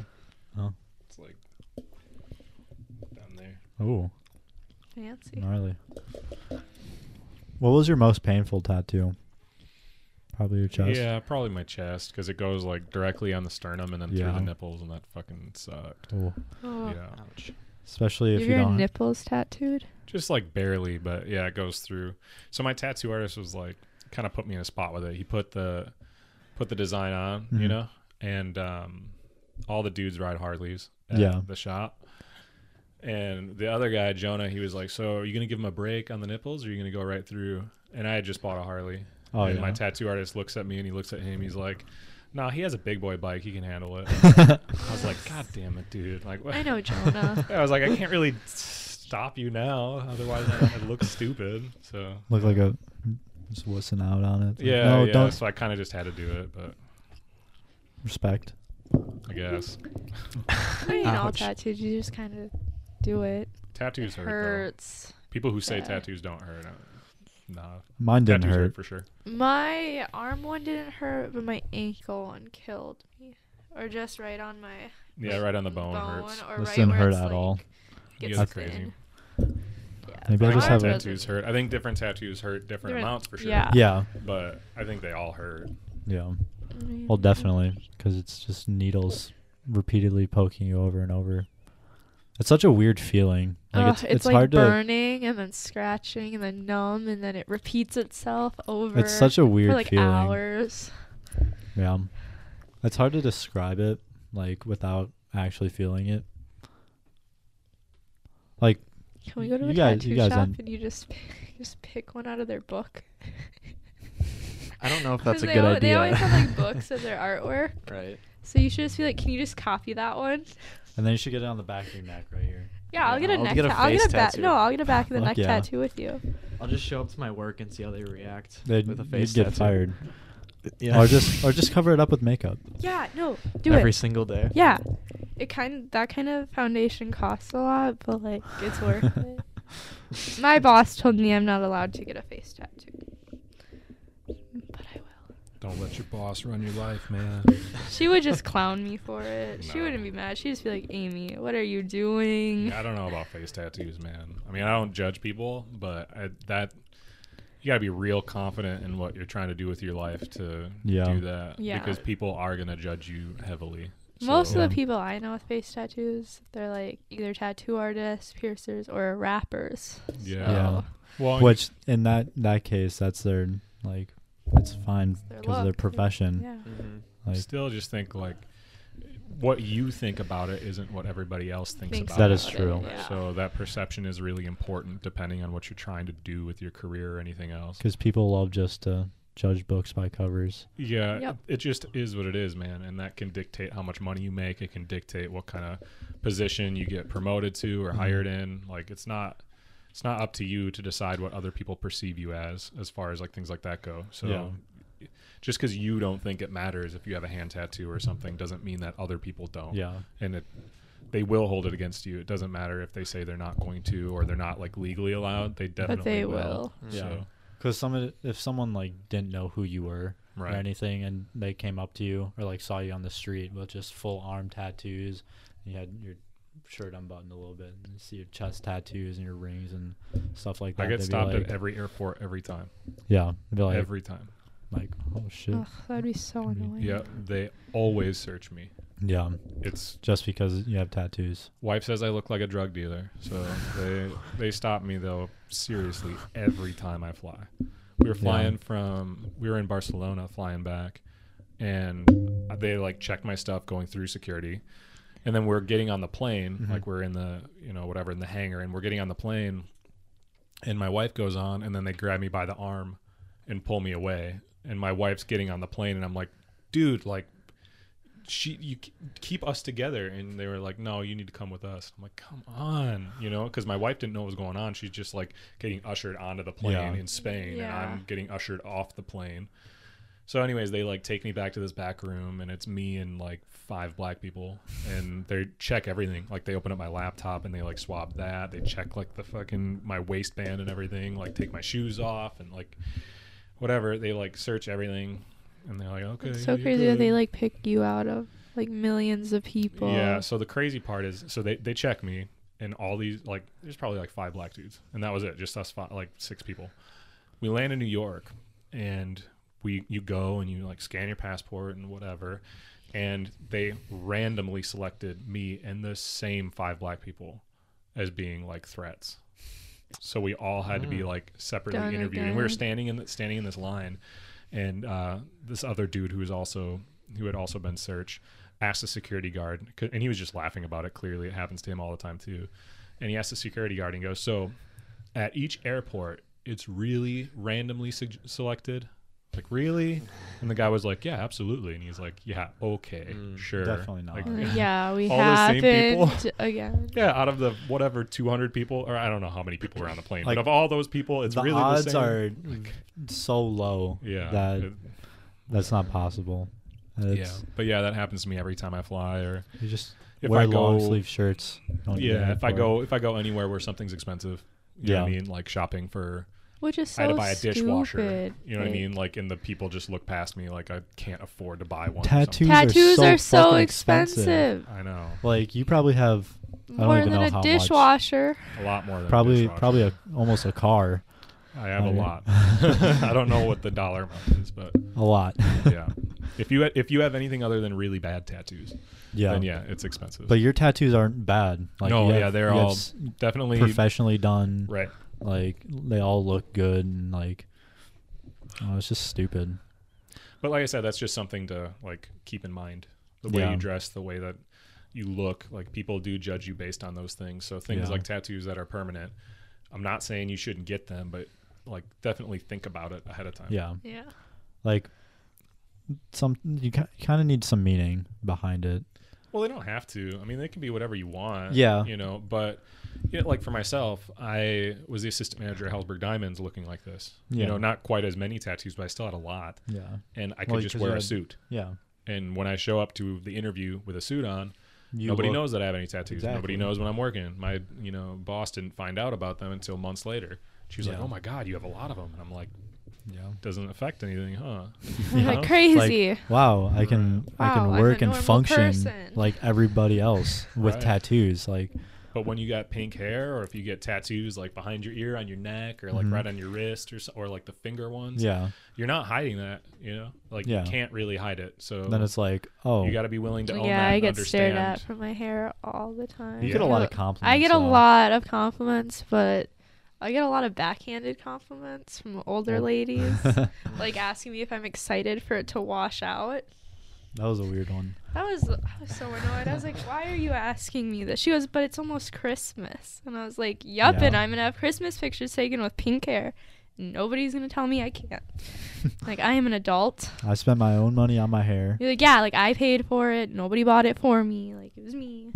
S2: Oh.
S3: It's like down there.
S2: Oh,
S4: Fancy.
S2: gnarly. What was your most painful tattoo? Probably your chest.
S3: Yeah, probably my chest because it goes like directly on the sternum and then
S2: Yeah.
S3: through the nipples, and that fucking sucked.
S2: Ooh.
S4: Oh.
S3: Yeah,
S5: Ouch.
S2: Especially
S4: You
S2: if
S4: have
S2: you
S4: your
S2: don't.
S4: nipples tattooed?
S3: just like barely, but yeah, it goes through. So my tattoo artist was like, kind of put me in a spot with it. He put the put the design on,
S2: Mhm.
S3: you know, and um, all the dudes ride Harleys at
S2: Yeah.
S3: the shop. And the other guy, Jonah, he was like, "So are you gonna give him a break on the nipples, or are you gonna go right through?" And I had just bought a Harley,
S2: oh
S3: and
S2: yeah.
S3: my tattoo artist looks at me and he looks at him. He's like, "No, he has a big boy bike. He can handle it." I was like, "God damn it, dude!" Like,
S4: I know Jonah.
S3: I was like, I can't really stop you now, otherwise I, I look stupid. So
S2: Look like a just wussing out on it.
S3: yeah,
S2: No,
S3: yeah.
S2: don't
S3: So I kind of just had to do it, but
S2: respect.
S3: I guess
S4: I mean, all
S5: Ouch.
S4: tattooed. You just kind of do it.
S3: tattoos hurt. though.
S4: Hurts.
S3: People who say
S4: Yeah.
S3: tattoos don't hurt, no, nah,
S2: Mine didn't
S3: tattoos hurt.
S2: hurt.
S3: for sure.
S4: My arm one didn't hurt, but my ankle one killed me. Or just right on my
S3: Yeah, right on the bone, hurts.
S4: Or
S2: This
S4: right
S2: didn't
S4: where
S2: hurt
S4: it's,
S2: at
S4: like,
S2: all.
S3: You
S4: gets
S3: guys are
S4: thin.
S3: crazy.
S4: Yeah,
S2: Maybe I
S4: mine
S2: just have
S4: wasn't.
S3: tattoos hurt. I think different tattoos hurt different,
S4: Different-
S3: amounts for sure.
S4: yeah.
S2: Yeah,
S3: but I think they all hurt.
S2: yeah.
S4: Mm.
S2: Well, definitely, because it's just needles repeatedly poking you over and over. It's such a weird feeling. Like
S4: Ugh,
S2: it's, it's,
S4: like
S2: hard to.
S4: burning and then scratching and then numb and then it repeats itself over.
S2: It's such a weird
S4: for like
S2: feeling.
S4: hours.
S2: Yeah, it's hard to describe it like without actually feeling it. Like
S4: Can we go to
S2: You
S4: a
S2: guys-
S4: tattoo
S2: you guys
S4: shop
S2: un-
S4: and you just pick, just pick one out of their book?
S5: I don't know if that's a
S4: 'Cause they
S5: good
S4: al-
S5: idea.
S4: They always have like books of their artwork,
S5: right.
S4: so you should just be like, "Can you just copy that one?"
S2: and then you should get it on the back of your neck right here.
S4: Yeah, I'll
S5: Yeah,
S4: get a
S5: I'll
S4: neck.
S5: get a
S4: ta- I'll get
S5: face
S4: a back.
S5: tattoo.
S4: No, I'll get a back of the
S2: Fuck
S4: neck
S2: yeah.
S4: tattoo with you.
S5: I'll just show up to my work and see how they react
S2: They'd,
S5: with a
S2: you'd
S5: face
S2: get
S5: tattoo.
S2: fired,
S5: Yeah.
S2: or just or just cover it up with makeup.
S4: Yeah, no, do
S5: every
S4: it.
S5: single day.
S4: yeah, it kind that kind of foundation costs a lot, but like it's worth it. My boss told me I'm not allowed to get a face tattoo, but I will.
S3: Don't let your boss run your life, man.
S4: She would just clown me for it. She
S3: No.
S4: wouldn't be mad. She'd just be like, "Amy, what are you
S2: Mm.
S4: doing?"
S3: Yeah, I don't know about face tattoos, man. I mean, I don't judge people, but I, that you gotta be real confident in what you're trying to do with your life to
S2: Yeah.
S3: do that.
S4: Yeah.
S3: because people are gonna judge you heavily.
S4: Most
S2: Yeah.
S4: of the people I know with face tattoos, they're like either tattoo artists, piercers, or rappers.
S3: Yeah.
S2: Yeah.
S5: Oh,
S4: So,
S3: well,
S2: Which in that that case, that's their like, it's fine
S4: their
S2: because of their
S4: look.
S2: profession.
S4: yeah.
S5: Mhm.
S2: Like,
S3: still just think like what you think about it isn't what everybody else thinks
S4: Thinks
S3: about
S2: That
S3: it.
S2: is
S4: about it,
S2: true.
S4: yeah.
S3: So that perception is really important depending on what you're trying to do with your career or anything else.
S2: because people love just to judge books by covers.
S3: Yeah,
S4: Yep.
S3: it just is what it is, man, and that can dictate how much money you make. It can dictate what kind of position you get promoted to
S2: Mm-hmm.
S3: or hired in. Like it's not it's not up to you to decide what other people perceive you as as far as like things like that go. So just cuz you don't think it matters if you have a hand tattoo or something doesn't mean that other people
S5: Oh.
S3: don't.
S2: Yeah,
S3: And it they will hold it against you. It doesn't matter if they say they're not going to or they're not like legally allowed. They definitely
S4: but they
S3: will.
S4: will.
S2: Yeah.
S3: So,
S2: because some of the- if someone like didn't know who you were
S3: Right.
S2: or anything, and they came up to you or like saw you on the street with just full arm tattoos, and you had your shirt unbuttoned a little bit, and you see your chest tattoos and your rings and stuff like that.
S3: I get
S2: they'd be
S3: stopped
S2: like,
S3: at every airport every time.
S2: yeah, they'd be like,
S3: every time.
S2: like oh shit,
S4: Ugh, that'd be so
S2: Mm-hmm.
S4: annoying.
S3: Yeah, they always search me.
S2: yeah,
S3: It's
S2: just because you have tattoos.
S3: wife says I look like a drug dealer, so they they stop me though seriously every time I fly. We were flying from we were in Barcelona flying back, and they like checked my stuff going through security, and then we're getting on the plane like we're in the you know whatever in the hangar, and we're getting on the plane, and my wife goes on, and then they grab me by the arm, and pull me away, and my wife's getting on the plane, and I'm like, dude, like she you k- keep us together and they were like no you need to come with us i'm like come on you know because my wife didn't know what was going on she's just like getting ushered onto the plane
S2: Yeah.
S3: in spain
S4: Yeah.
S3: and i'm getting ushered off the plane so anyways they like take me back to this back room and it's me and like five black people and they check everything like they open up my laptop and they like swab that they check like the fucking my waistband and everything like take my shoes off and like whatever they like search everything and they're like okay
S4: It's so
S3: you're
S4: crazy that
S3: good."
S4: they like pick you out of like millions of people.
S3: Yeah. So the crazy part is, so they they check me, and all these like there's probably like five black dudes, and that was it, just us five, like six people. We land in New York, and we you go and you like scan your passport and whatever, and they randomly selected me and the same five black people as being like threats. So we all had to
S2: Hmm.
S3: be like separately
S4: Done
S3: interviewed, and we were
S4: again.
S3: standing in the, standing in this line, and uh, this other dude who was also who had also been searched asked the security guard, 'cause- and he was just laughing about it. Clearly, it happens to him all the time too. And he asked the security guard and he goes, "So, at each airport, it's really randomly sug- selected." Like really? And the guy was like, "Yeah, absolutely." And he's like, "Yeah, okay, sure,
S2: Hmm. Definitely not.
S3: Like,
S4: And, like, yeah, we
S3: All the same
S4: happened
S3: people.
S4: again.
S3: yeah, out of the whatever 200 people, or I don't know how many people were on the plane,
S2: Like,
S3: but of all those people, it's
S2: the
S3: really
S2: odds
S3: the same.
S2: are so low
S3: yeah,
S2: that
S3: it-
S2: that's not possible. It's,
S3: yeah. But yeah, that happens to me every time I fly, or
S2: You just
S3: If
S2: wear
S3: I
S2: long
S3: go-
S2: sleeve shirts. on your
S3: yeah, if I
S2: airport.
S3: go if I go anywhere where something's expensive, you know what I
S2: Yeah.
S3: mean, like shopping for
S4: Which is so
S3: I had to buy a dishwasher,
S4: stupid.
S3: you know what I
S4: Like,
S3: mean, like and the people just look past me like I can't afford to buy one. or
S2: tattoos,
S3: something.
S4: Tattoos
S2: are
S4: are so,
S2: fucking
S4: expensive.
S3: I know
S2: Like you probably have don't
S4: More
S2: even
S4: than
S2: know
S4: a
S2: how much.
S4: dishwasher.
S3: a lot more than a
S2: probably
S3: dishwasher.
S2: probably a, almost a car,
S3: I have a
S2: Okay.
S3: lot. I don't know what the dollar amount is, but
S2: a lot.
S3: yeah. If you ha- if you have anything other than really bad tattoos,
S2: yeah.
S3: then yeah, it's expensive.
S2: But your tattoos aren't bad. Like
S3: no,
S2: you have-
S3: yeah, they're
S2: you have
S3: all
S2: s-
S3: definitely
S2: professionally done.
S3: right.
S2: Like they all look good and like oh, it's just stupid.
S3: But like I said, that's just something to like keep in mind. The way
S2: Yeah.
S3: you dress, the way that you look, like people do judge you based on those things. So things
S2: Yeah.
S3: like tattoos that are permanent. I'm not saying you shouldn't get them, but like definitely think about it ahead of time.
S2: Yeah.
S4: Yeah.
S2: Like some you kind of need some meaning behind it.
S3: Well, they don't have to. I mean, they can be whatever you want.
S2: Yeah.
S3: You know, but you know, like for myself, I was the assistant manager at Hellsberg Diamonds looking like this. You
S2: Yeah.
S3: know, not quite as many tattoos, but I still had a lot.
S2: Yeah.
S3: And I could
S2: Well,
S3: just
S2: 'cause
S3: wear
S2: you
S3: a
S2: had-
S3: suit.
S2: Yeah.
S3: And when I show up to the interview with a suit on,
S2: You
S3: Nobody
S2: look-
S3: knows that I have any tattoos. Nobody
S2: Exactly.
S3: knows when I'm working. My, you know, boss didn't find out about them until months later. She was like,
S2: Yeah.
S3: "Oh my god, you have a lot of them," and I'm like,
S2: Yeah.
S3: "Doesn't affect anything, huh?"
S4: Like crazy.
S2: Like, wow, I can I
S4: Wow,
S2: can
S4: I'm a
S2: work and
S4: normal
S2: function
S4: person.
S2: like everybody else with
S3: Right.
S2: tattoos. Like
S3: But when you got pink hair, or if you get tattoos like behind your ear, on your neck, or like right on your wrist, or so, or like the finger ones,
S2: Mm-hmm. yeah.
S3: you're not hiding that. You know, like
S2: Yeah.
S3: you can't really hide it. So
S2: Then it's like, oh,
S3: you got to be willing to own
S4: yeah,
S3: that
S4: I
S3: and
S4: get
S3: understand.
S4: stared at for my hair all the time.
S2: you
S3: Yeah.
S2: get a lot of
S4: Look,
S2: compliments.
S4: I get a
S2: though.
S4: lot of compliments, but I get a lot of backhanded compliments from older ladies, like asking me if I'm excited for it to wash out.
S2: That was a weird one.
S4: That was I was so annoyed. I was like, "Why are you asking me this?" She goes, "But it's almost Christmas," and I was like, "Yup," and
S2: Yeah.
S4: I'm gonna have Christmas pictures taken with pink hair. Nobody's gonna tell me I can't. like I am an adult.
S2: I spent my own money on my hair.
S4: You're like, yeah, like I paid for it. Nobody bought it for me. Like it was me.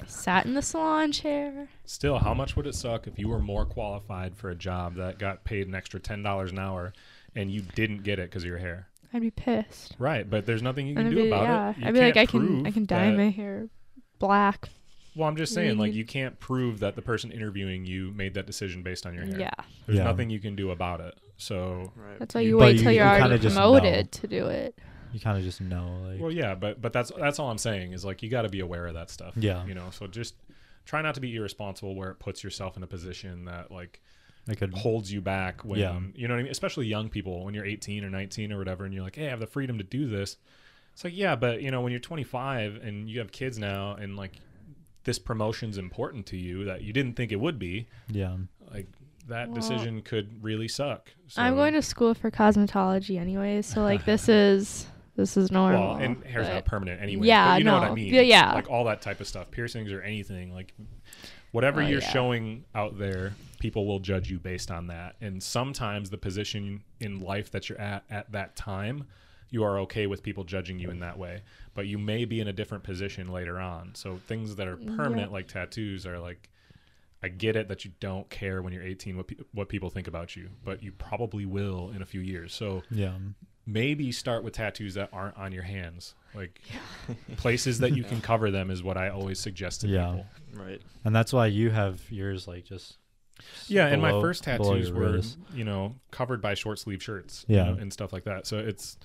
S4: I sat in the salon chair.
S3: Still, how much would it suck if you were more qualified for a job that got paid an extra ten dollars an hour, and you didn't get it because of your hair?
S4: I'd be pissed.
S3: Right, but there's nothing you
S4: And
S3: can
S4: I'd
S3: do
S4: be,
S3: about
S4: yeah.
S3: it. You
S4: I'd be like,
S3: can't
S4: I can, I
S3: prove
S4: can dye
S3: that-
S4: my hair black.
S3: Well, I'm just saying, like,
S4: Read.
S3: you can't prove that the person interviewing you made that decision based on your hair.
S4: Yeah,
S3: There's
S2: Yeah.
S3: nothing you can do about it. So,
S5: Right.
S4: that's why
S3: You-
S4: you
S3: But
S4: wait
S2: you-
S4: till
S2: you
S4: you're already
S2: kinda just
S4: promoted to do it.
S2: You kind of just know, like,
S3: well, yeah, but but that's that's all I'm saying is like you got to be aware of that stuff.
S2: Yeah.
S3: you know. So just try not to be irresponsible where it puts yourself in a position that like
S2: I could.
S3: holds you back when
S2: Yeah.
S3: you know what I mean. Especially young people when you're 18 or 19 or whatever, and you're like, hey, I have the freedom to do this. It's like, yeah, but you know, when you're 25 and you have kids now, and like this promotion's important to you that you didn't think it would be,
S2: Yeah.
S3: like that
S4: Well-
S3: decision could really suck. So,
S4: I'm going to school for cosmetology anyway, so like this is this is normal.
S3: Well, and hair's not
S4: but-
S3: permanent anyway.
S4: Yeah,
S3: but you know what I
S4: no.
S3: mean.
S4: Yeah, yeah.
S3: like all that type of stuff, piercings or anything, like whatever
S4: Oh,
S3: you're
S4: yeah.
S3: showing out there, people will judge you based on that. And sometimes the position in life that you're at at that time, you are okay with people judging you in that way. But you may be in a different position later on. So things that are permanent, like tattoos, are like. I get it that you don't care when you're 18 what pe- what people think about you, but you probably will in a few years. So
S2: Yeah.
S3: maybe start with tattoos that aren't on your hands like places that you can cover them is what i always suggest to
S2: Yeah.
S3: people
S5: Right.
S2: And that's why you have yours, like, just.
S3: yeah and my
S2: below-
S3: first
S2: below
S3: tattoos
S2: your
S3: were
S2: wrist.
S3: you know covered by short sleeve shirts
S2: Yeah.
S3: you know, and stuff like that so it's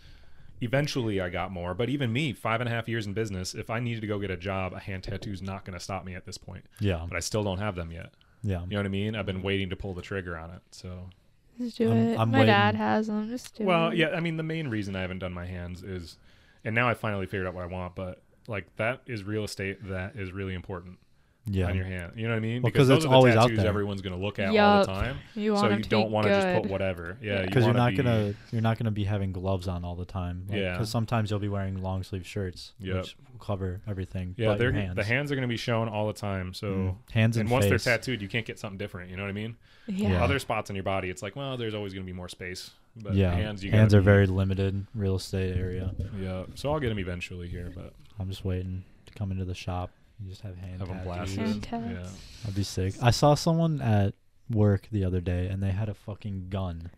S3: eventually i got more but even me five and a half years in business if i needed to go get a job a hand tattoo's not going to stop me at this point
S2: Yeah.
S3: but i still don't have them yet
S2: Yeah.
S3: you know what i mean i've been waiting to pull the trigger on it so
S4: Just do
S2: I'm-
S4: it.
S2: I'm
S4: My
S2: waiting.
S4: dad has them. Just do
S3: Well,
S4: it.
S3: yeah, I mean the main reason I haven't done my hands is and now I finally figured out what I want, but like that is real estate that is really important
S2: Yeah.
S3: on your hand. You know what I mean?
S2: Well,
S3: because
S2: 'cause
S3: those
S2: it's
S3: are the
S2: always out
S3: tattoos
S2: there.
S3: everyone's gonna look at all the
S4: Yup.
S3: time.
S4: You want
S3: So
S4: 'em
S3: you
S4: to
S3: don't
S4: want
S3: want
S4: to
S3: just put whatever. Yeah,
S4: Yeah.
S3: you
S2: because you're
S3: wanna
S2: not
S3: be-
S2: gonna you're not gonna be having gloves on all the time. Like,
S3: Yeah.
S2: Because sometimes you'll be wearing long sleeve shirts,
S3: Yep.
S2: which will cover everything.
S3: Yeah,
S2: but your
S3: they're
S2: hands.
S3: the hands are gonna be shown all the time. So
S2: Mm. hands and,
S3: and once
S2: face.
S3: they're tattooed, you can't get something different. You know what I mean?
S2: Yeah.
S4: Yeah.
S3: Other spots on your body, it's like, well, there's always gonna be more space. But
S2: yeah,
S3: hands, you
S2: hands
S3: gotta
S2: are
S3: be-
S2: very limited real estate area.
S3: yeah. So I'll get them eventually here, but
S2: I'm just waiting to come into the shop. and just have hand
S3: have them
S2: tattoos.
S3: blasted.
S4: Hand
S3: Yeah,
S4: tats.
S2: That'd be sick. I saw someone at work the other day, and they had a fucking gun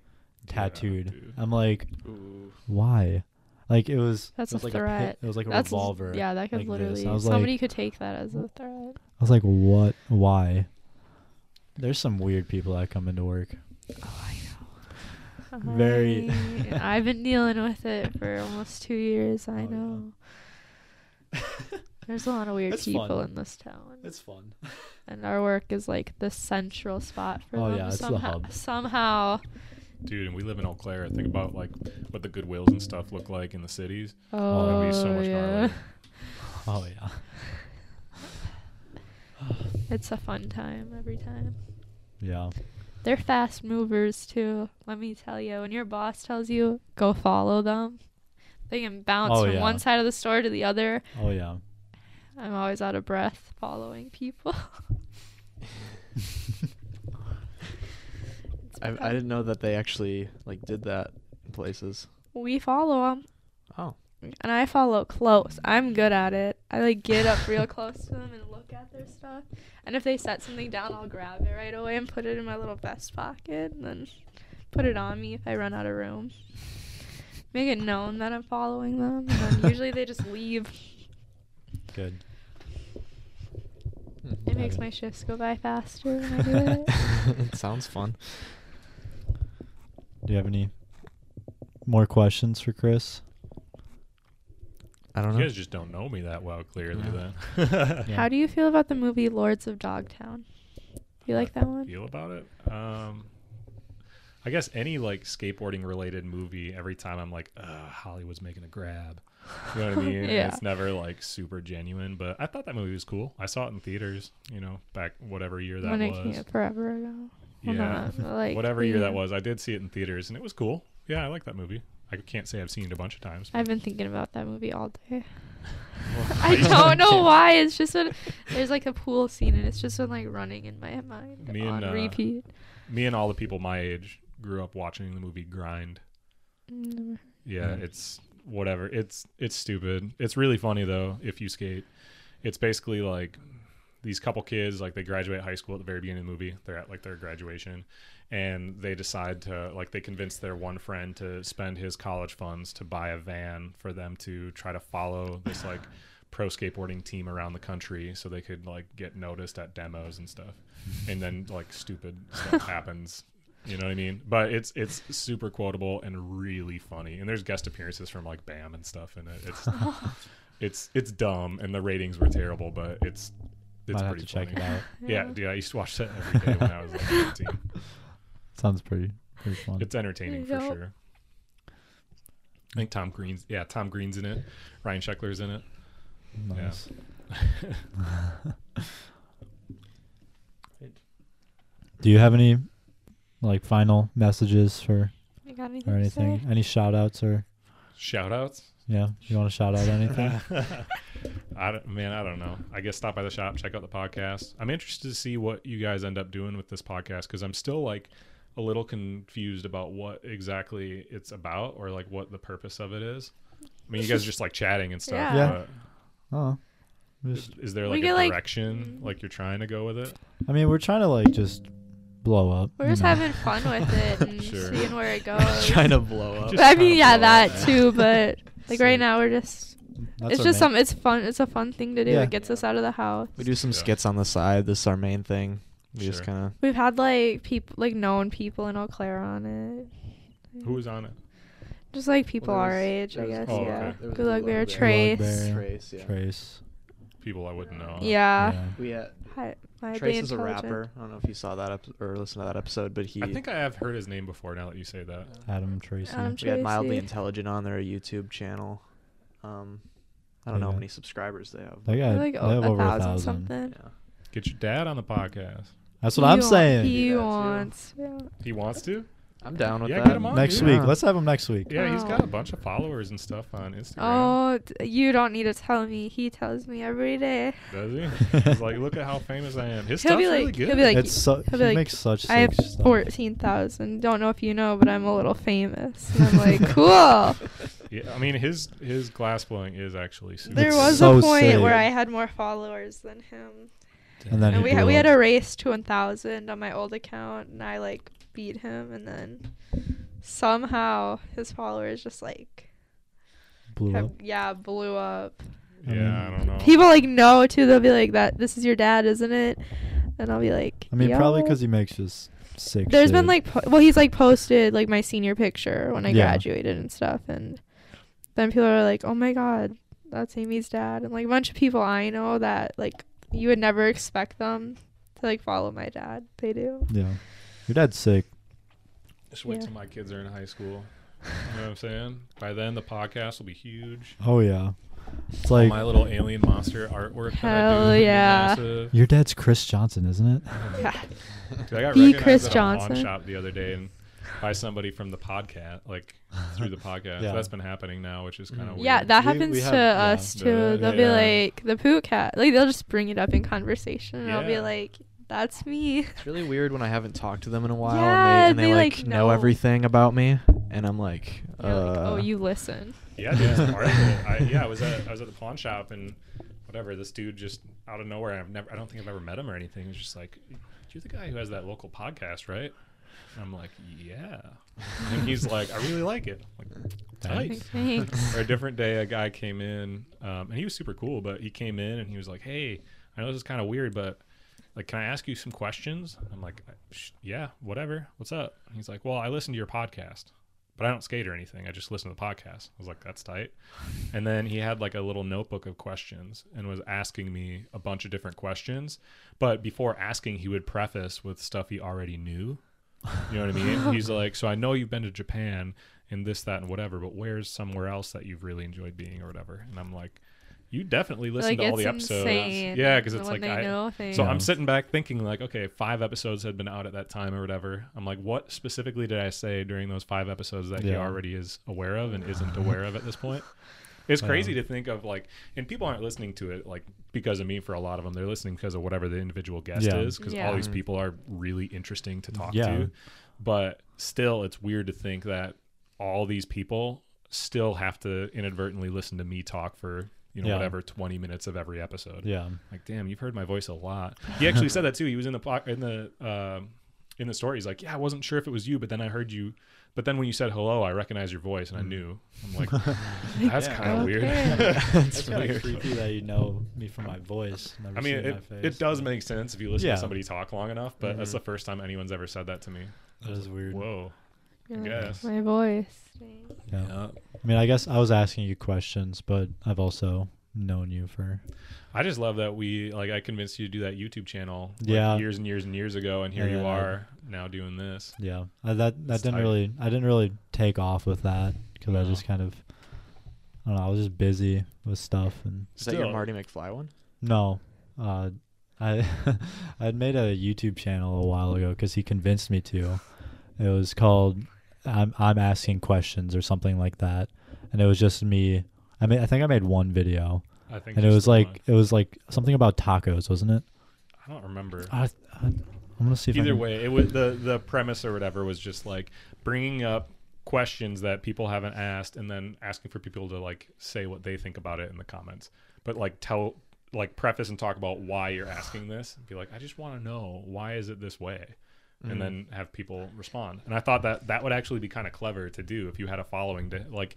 S2: tattooed.
S3: dude.
S2: I'm like, why? Like it was.
S4: That's
S2: it was
S4: a
S2: like pit-
S4: threat.
S2: it was like a
S4: That's
S2: revolver.
S4: Yeah, that
S2: like
S4: could
S2: this.
S4: literally
S2: I was like-
S4: somebody could take that as a threat.
S2: I was like, what? Why? There's some weird people that come into work.
S4: Oh, I know.
S2: Very-
S4: I, have been dealing with it for almost two years. I
S2: yeah.
S4: know. There's a lot of weird
S2: It's
S4: people
S2: fun.
S4: in this town,
S2: It's fun.
S4: and our work is like the central spot for
S2: Oh,
S4: them.
S2: yeah, it's the
S4: somehow,
S2: hub.
S4: somehow.
S3: Dude, and we live in Eau Claire. Think about like what the Goodwills and stuff look like in the cities.
S4: Oh,
S3: that'd be so much
S4: yeah.
S3: gnarlier.
S2: Oh yeah.
S4: It's a fun time every time.
S2: Yeah.
S4: They're fast movers too. Let me tell you, when your boss tells you go follow them, they can bounce
S2: Oh,
S4: from
S2: yeah.
S4: one side of the store to the other.
S2: Oh yeah.
S4: I'm always out of breath following people. It's
S5: I, I
S4: become-
S5: didn't know that they actually like did that in places.
S4: we follow them,
S5: Oh.
S4: and I follow close. I'm good at it. I like get up real close to them and look at their stuff. And if they set something down, I'll grab it right away and put it in my little vest pocket, and then put it on me if I run out of room. Make it known that I'm following them, and then usually they just leave.
S2: Good.
S4: It makes my shifts go by faster when I do it.
S5: it sounds fun.
S2: Do you have any more questions for Chris?
S5: I don't
S3: You
S5: know.
S3: guys just don't know me that well, clearly.
S5: Yeah.
S3: Then
S2: Yeah.
S4: How do you feel about the movie Lords of Dogtown?
S3: Uh,
S4: You like that one?
S3: feel about it. Um, I guess any like skateboarding related movie. Every time I'm like, Ugh, Hollywood's making a grab. You know what I mean?
S4: Yeah.
S3: It's never like super genuine. But I thought that movie was cool. I saw it in theaters. You know, back whatever year that
S4: when it
S3: was.
S4: came out forever ago. Well,
S3: Yeah.
S4: not, but, like
S3: whatever year
S4: yeah.
S3: that was. I did see it in theaters and it was cool. Yeah, I like that movie. I I can't say I've seen it a bunch of times. but-
S4: I've been thinking about that movie all day.
S5: Well,
S4: I
S5: please
S4: don't know
S5: don't.
S4: why. It's just been there's like a pool scene and it's just been like running in my mind
S3: Me
S4: on
S3: and, uh,
S4: repeat.
S3: Me and all the people my age grew up watching the movie Grind.
S4: Never-
S3: Yeah,
S2: Mm.
S3: it's whatever. It's it's stupid. It's really funny though if you skate. It's basically like these couple kids like they graduate high school at the very beginning of the movie. They're at like their graduation and they decide to like they convince their one friend to spend his college funds to buy a van for them to try to follow this like pro skateboarding team around the country so they could like get noticed at demos and stuff. And then like stupid stuff happens you know what I mean? But it's it's super quotable and really funny. And there's guest appearances from like Bam and stuff in it. It's it's it's dumb and the ratings were terrible, but it's it's
S2: Might have
S3: pretty
S2: to
S3: funny.
S2: check it out.
S3: Yeah, dude, I used to watch that every day when I was like 15.
S2: Sounds pretty pretty fun.
S3: It's entertaining for
S4: Nope.
S3: sure. I think Tom Green's yeah, Tom Green's in it. Ryan Sheckler's in it.
S2: nice. Do you have any like final messages for
S4: I got anything
S2: or
S4: to
S2: anything?
S4: say?
S2: Any shout outs or
S3: Shout outs?
S2: yeah, you want to shout out anything?
S3: I don't, man, I don't know. I guess stop by the shop, check out the podcast. I'm interested to see what you guys end up doing with this podcast because I'm still like a little confused about what exactly it's about or like what the purpose of it is. I mean, you guys are just like chatting and stuff.
S4: Yeah.
S2: Yeah. Oh.
S3: but
S2: Just
S3: is, is there
S4: We
S3: like
S4: could,
S3: a
S4: like-
S3: direction like, you're trying to go with it?
S2: I mean, we're trying to like just blow up.
S4: We're
S2: you
S4: just
S2: know.
S4: having fun with it and
S3: Sure.
S4: seeing where it goes.
S5: Trying to blow up.
S3: Just
S4: I
S3: kinda
S4: mean, yeah,
S3: blow up.
S4: that too. But like
S3: So-
S4: right now, we're just
S2: That's
S4: it's
S2: what
S4: just
S2: ma-
S4: some it's fun. It's a fun thing to do.
S2: Yeah.
S4: It gets us out of the house.
S5: We do some
S3: Yeah.
S5: skits on the side. This is our main thing. We just
S3: Sure.
S5: kind of.
S4: We've had like people like known people in Eau Claire on it.
S3: Who was on it?
S4: Just like people our age, I guess.
S3: oh, okay.
S4: yeah.
S3: There
S4: Good luck
S2: Bear.
S4: there, Trace.
S5: Trace, yeah.
S2: Trace.
S3: People I wouldn't know.
S4: Yeah.
S2: Oh, yeah.
S5: We uh, had,
S4: Hi- mildly
S5: Trace is a
S4: intelligent.
S5: rapper. I don't know if you saw that ep- or listened to that episode, but he.
S3: I think I have heard his name before now that you say that.
S2: Adam Tracy.
S4: Adam
S5: we had mildly
S4: Tracy.
S5: intelligent on their YouTube channel. Um, I don't know how
S2: Yeah.
S5: many subscribers they have.
S2: They got
S4: We're, like
S2: they
S4: o-
S2: have
S4: a
S2: over
S4: thousand,
S2: a thousand.
S4: something.
S5: yeah.
S3: Get your dad on the podcast.
S2: That's what I'm
S4: He wa-
S2: saying.
S5: Do
S4: He
S5: that, too.
S4: wants. yeah.
S3: He wants to?
S5: I'm down with
S3: Yeah,
S5: that.
S3: get 'em on,
S2: next
S3: dude.
S2: week.
S5: Yeah.
S2: Let's have him next week.
S3: Yeah, he's
S4: Wow.
S3: got a bunch of followers and stuff on Instagram.
S4: Oh, d- you don't need to tell me. He tells me every day.
S3: Does he? He's like, look at how famous I am. His
S4: He'll
S3: stuff's
S4: be
S3: really
S4: like-
S3: good.
S4: he'll be like-
S2: it's so, he
S4: he'll be like,
S2: makes such. Sick
S4: I have
S2: stuff.
S4: fourteen thousand. Don't know if you know, but I'm a little famous. And I'm like, cool.
S3: yeah, I mean, his his glass blowing is actually super.
S4: There
S2: It's
S4: was
S2: so
S4: a point
S2: sick.
S4: where I had more followers than him,
S2: And then
S4: and
S2: he
S4: we had we
S2: blew
S4: had
S2: up.
S4: a race to one thousand on my old account, and I like beat him, and then somehow his followers just like
S2: blew
S4: have,
S2: up. Oh.
S4: yeah blew up.
S3: yeah, I,
S2: I mean,
S3: don't know.
S4: People like know too. They'll be like that. This is your dad, isn't it? And I'll be like,
S2: I mean,
S4: yeah.
S2: probably because he makes just sick.
S4: There's
S2: shit.
S4: been like, po- well, he's like posted like my senior picture when I
S2: Yeah.
S4: graduated and stuff, and then people are like, "Oh my god, that's Amy's dad," and like a bunch of people I know that like you would never expect them to like follow my dad. They do.
S2: Yeah, your dad's sick.
S3: Just wait
S4: Yeah.
S3: till my kids are in high school. You know what I'm saying? By then, the podcast will be huge.
S2: Oh yeah, it's
S3: All
S2: like
S3: my little alien monster artwork. that I do
S4: Hell
S3: will be
S4: yeah.
S3: massive.
S2: your dad's Chris Johnson, isn't it?
S4: Yeah.
S3: Dude, I got
S4: The
S3: recognized
S4: Chris
S3: at a pawn
S4: Johnson.
S3: shop the other day and by somebody from the podcast, like through the podcast.
S2: Yeah.
S3: That's been happening now, which is kind of
S5: Mhm.
S3: weird.
S4: Mm. Yeah, that
S2: We- we
S4: happens
S2: have-
S4: to
S2: yeah.
S4: us too.
S3: Yeah.
S4: They'll
S3: Yeah.
S4: be like the poo cat. Like they'll just bring it up in conversation, and I'll be
S3: Yeah.
S4: like, "That's me."
S5: It's really weird when I haven't talked to them in a while and
S4: Yeah,
S5: they, and they,
S4: they,
S5: like,
S4: like,
S5: know
S4: know.
S5: everything about me, and I'm like, uh,
S4: You're like, oh, you listen.
S3: Yeah, dude, it's part of it. I, yeah, I was at I was at the pawn shop and whatever. This dude just out of nowhere. I've never. I don't think I've ever met him or anything. He's just like, "You're the guy who has that local podcast, right?" And I'm like, "Yeah." And he's like, "I really like it." I'm like,
S4: Like,
S3: Tight.
S4: Thanks.
S3: Or a different day, a guy came in, um, and he was super cool. But he came in and he was like, "Hey, I know this is kind of weird, but like, can I ask you some questions?" I'm like, "Sh- "Yeah, whatever. What's up?" And he's like, "Well, I listen to your podcast, but I don't skate or anything. I just listen to the podcast." I was like, "That's tight." And then he had like a little notebook of questions and was asking me a bunch of different questions. But before asking, he would preface with stuff he already knew. You know what I mean? He's like, So I know you've been to Japan and this, that, and whatever, but where's somewhere else that you've really enjoyed being or whatever? And I'm like, You definitely listen
S4: like
S3: to all
S4: it's
S3: the episodes.
S4: insane.
S3: Yeah, because it's
S4: when
S3: like
S4: they
S3: I,
S4: know things.
S3: so
S2: Yeah.
S3: I'm sitting back thinking like, okay, five episodes had been out at that time or whatever. I'm like, what specifically did I say during those five episodes that he
S2: Yeah.
S3: already is aware of and isn't aware of at this point? It's
S2: Yeah.
S3: crazy to think of like, and people aren't listening to it like because of me. For a lot of them, they're listening because of whatever the individual guest
S2: Yeah.
S3: is. Because all
S4: Yeah.
S3: these people are really interesting to talk
S2: Yeah.
S3: to, but still, it's weird to think that all these people still have to inadvertently listen to me talk for you know
S2: Yeah.
S3: whatever 20 minutes of every episode.
S2: Yeah.
S3: Like, damn, you've heard my voice a lot. He actually said that too. He was in the po- in the um in the story. He's like, yeah, I wasn't sure if it was you, but then I heard you. But then when you said hello, I recognized your voice and I knew. I'm like, that's
S2: Mm. Yeah.
S3: kind of weird.
S4: Okay.
S2: That's kind
S3: weird.
S2: of creepy that you know me from my voice. Never
S3: I mean,
S2: seen
S3: it,
S2: my face,
S3: it does
S2: but
S3: make sense if you listen
S2: Yeah.
S3: to somebody talk long enough, but that's the first time anyone's ever said that to me.
S2: That is weird.
S3: Whoa.
S4: You're like,
S3: guess.
S4: My voice.
S2: Yeah. I mean, I guess I was asking you questions, but I've also known you for
S3: I just love that we like I convinced you to do that YouTube channel like,
S2: Yeah.
S3: years and years and years ago and here
S2: And
S3: you
S2: then I-
S3: are now doing this.
S2: yeah. I, that that
S3: It's
S2: didn't
S3: tight.
S2: really I didn't really take off with that because I
S3: No.
S2: just kind of I don't know I was just busy with stuff and
S5: Is that your
S3: Still.
S5: Marty McFly one?
S2: no, uh, I I'd made a YouTube channel a while ago because he convinced me to. It was called I'm I'm asking questions or something like that, and it was just me. I mean, I think I made one video,
S3: I think
S2: and it
S3: just
S2: was
S3: the
S2: like
S3: one.
S2: it was like something about tacos, wasn't it?
S3: I don't remember.
S2: I, I, am gonna see if I
S3: Either
S2: can-
S3: way, it was the the premise or whatever was just like bringing up questions that people haven't asked, and then asking for people to like say what they think about it in the comments. But like tell like preface and talk about why you're asking this. And be like, I just want to know why is it this way,
S2: Mm-hmm.
S3: and then have people respond. And I thought that that would actually be kind of clever to do if you had a following to like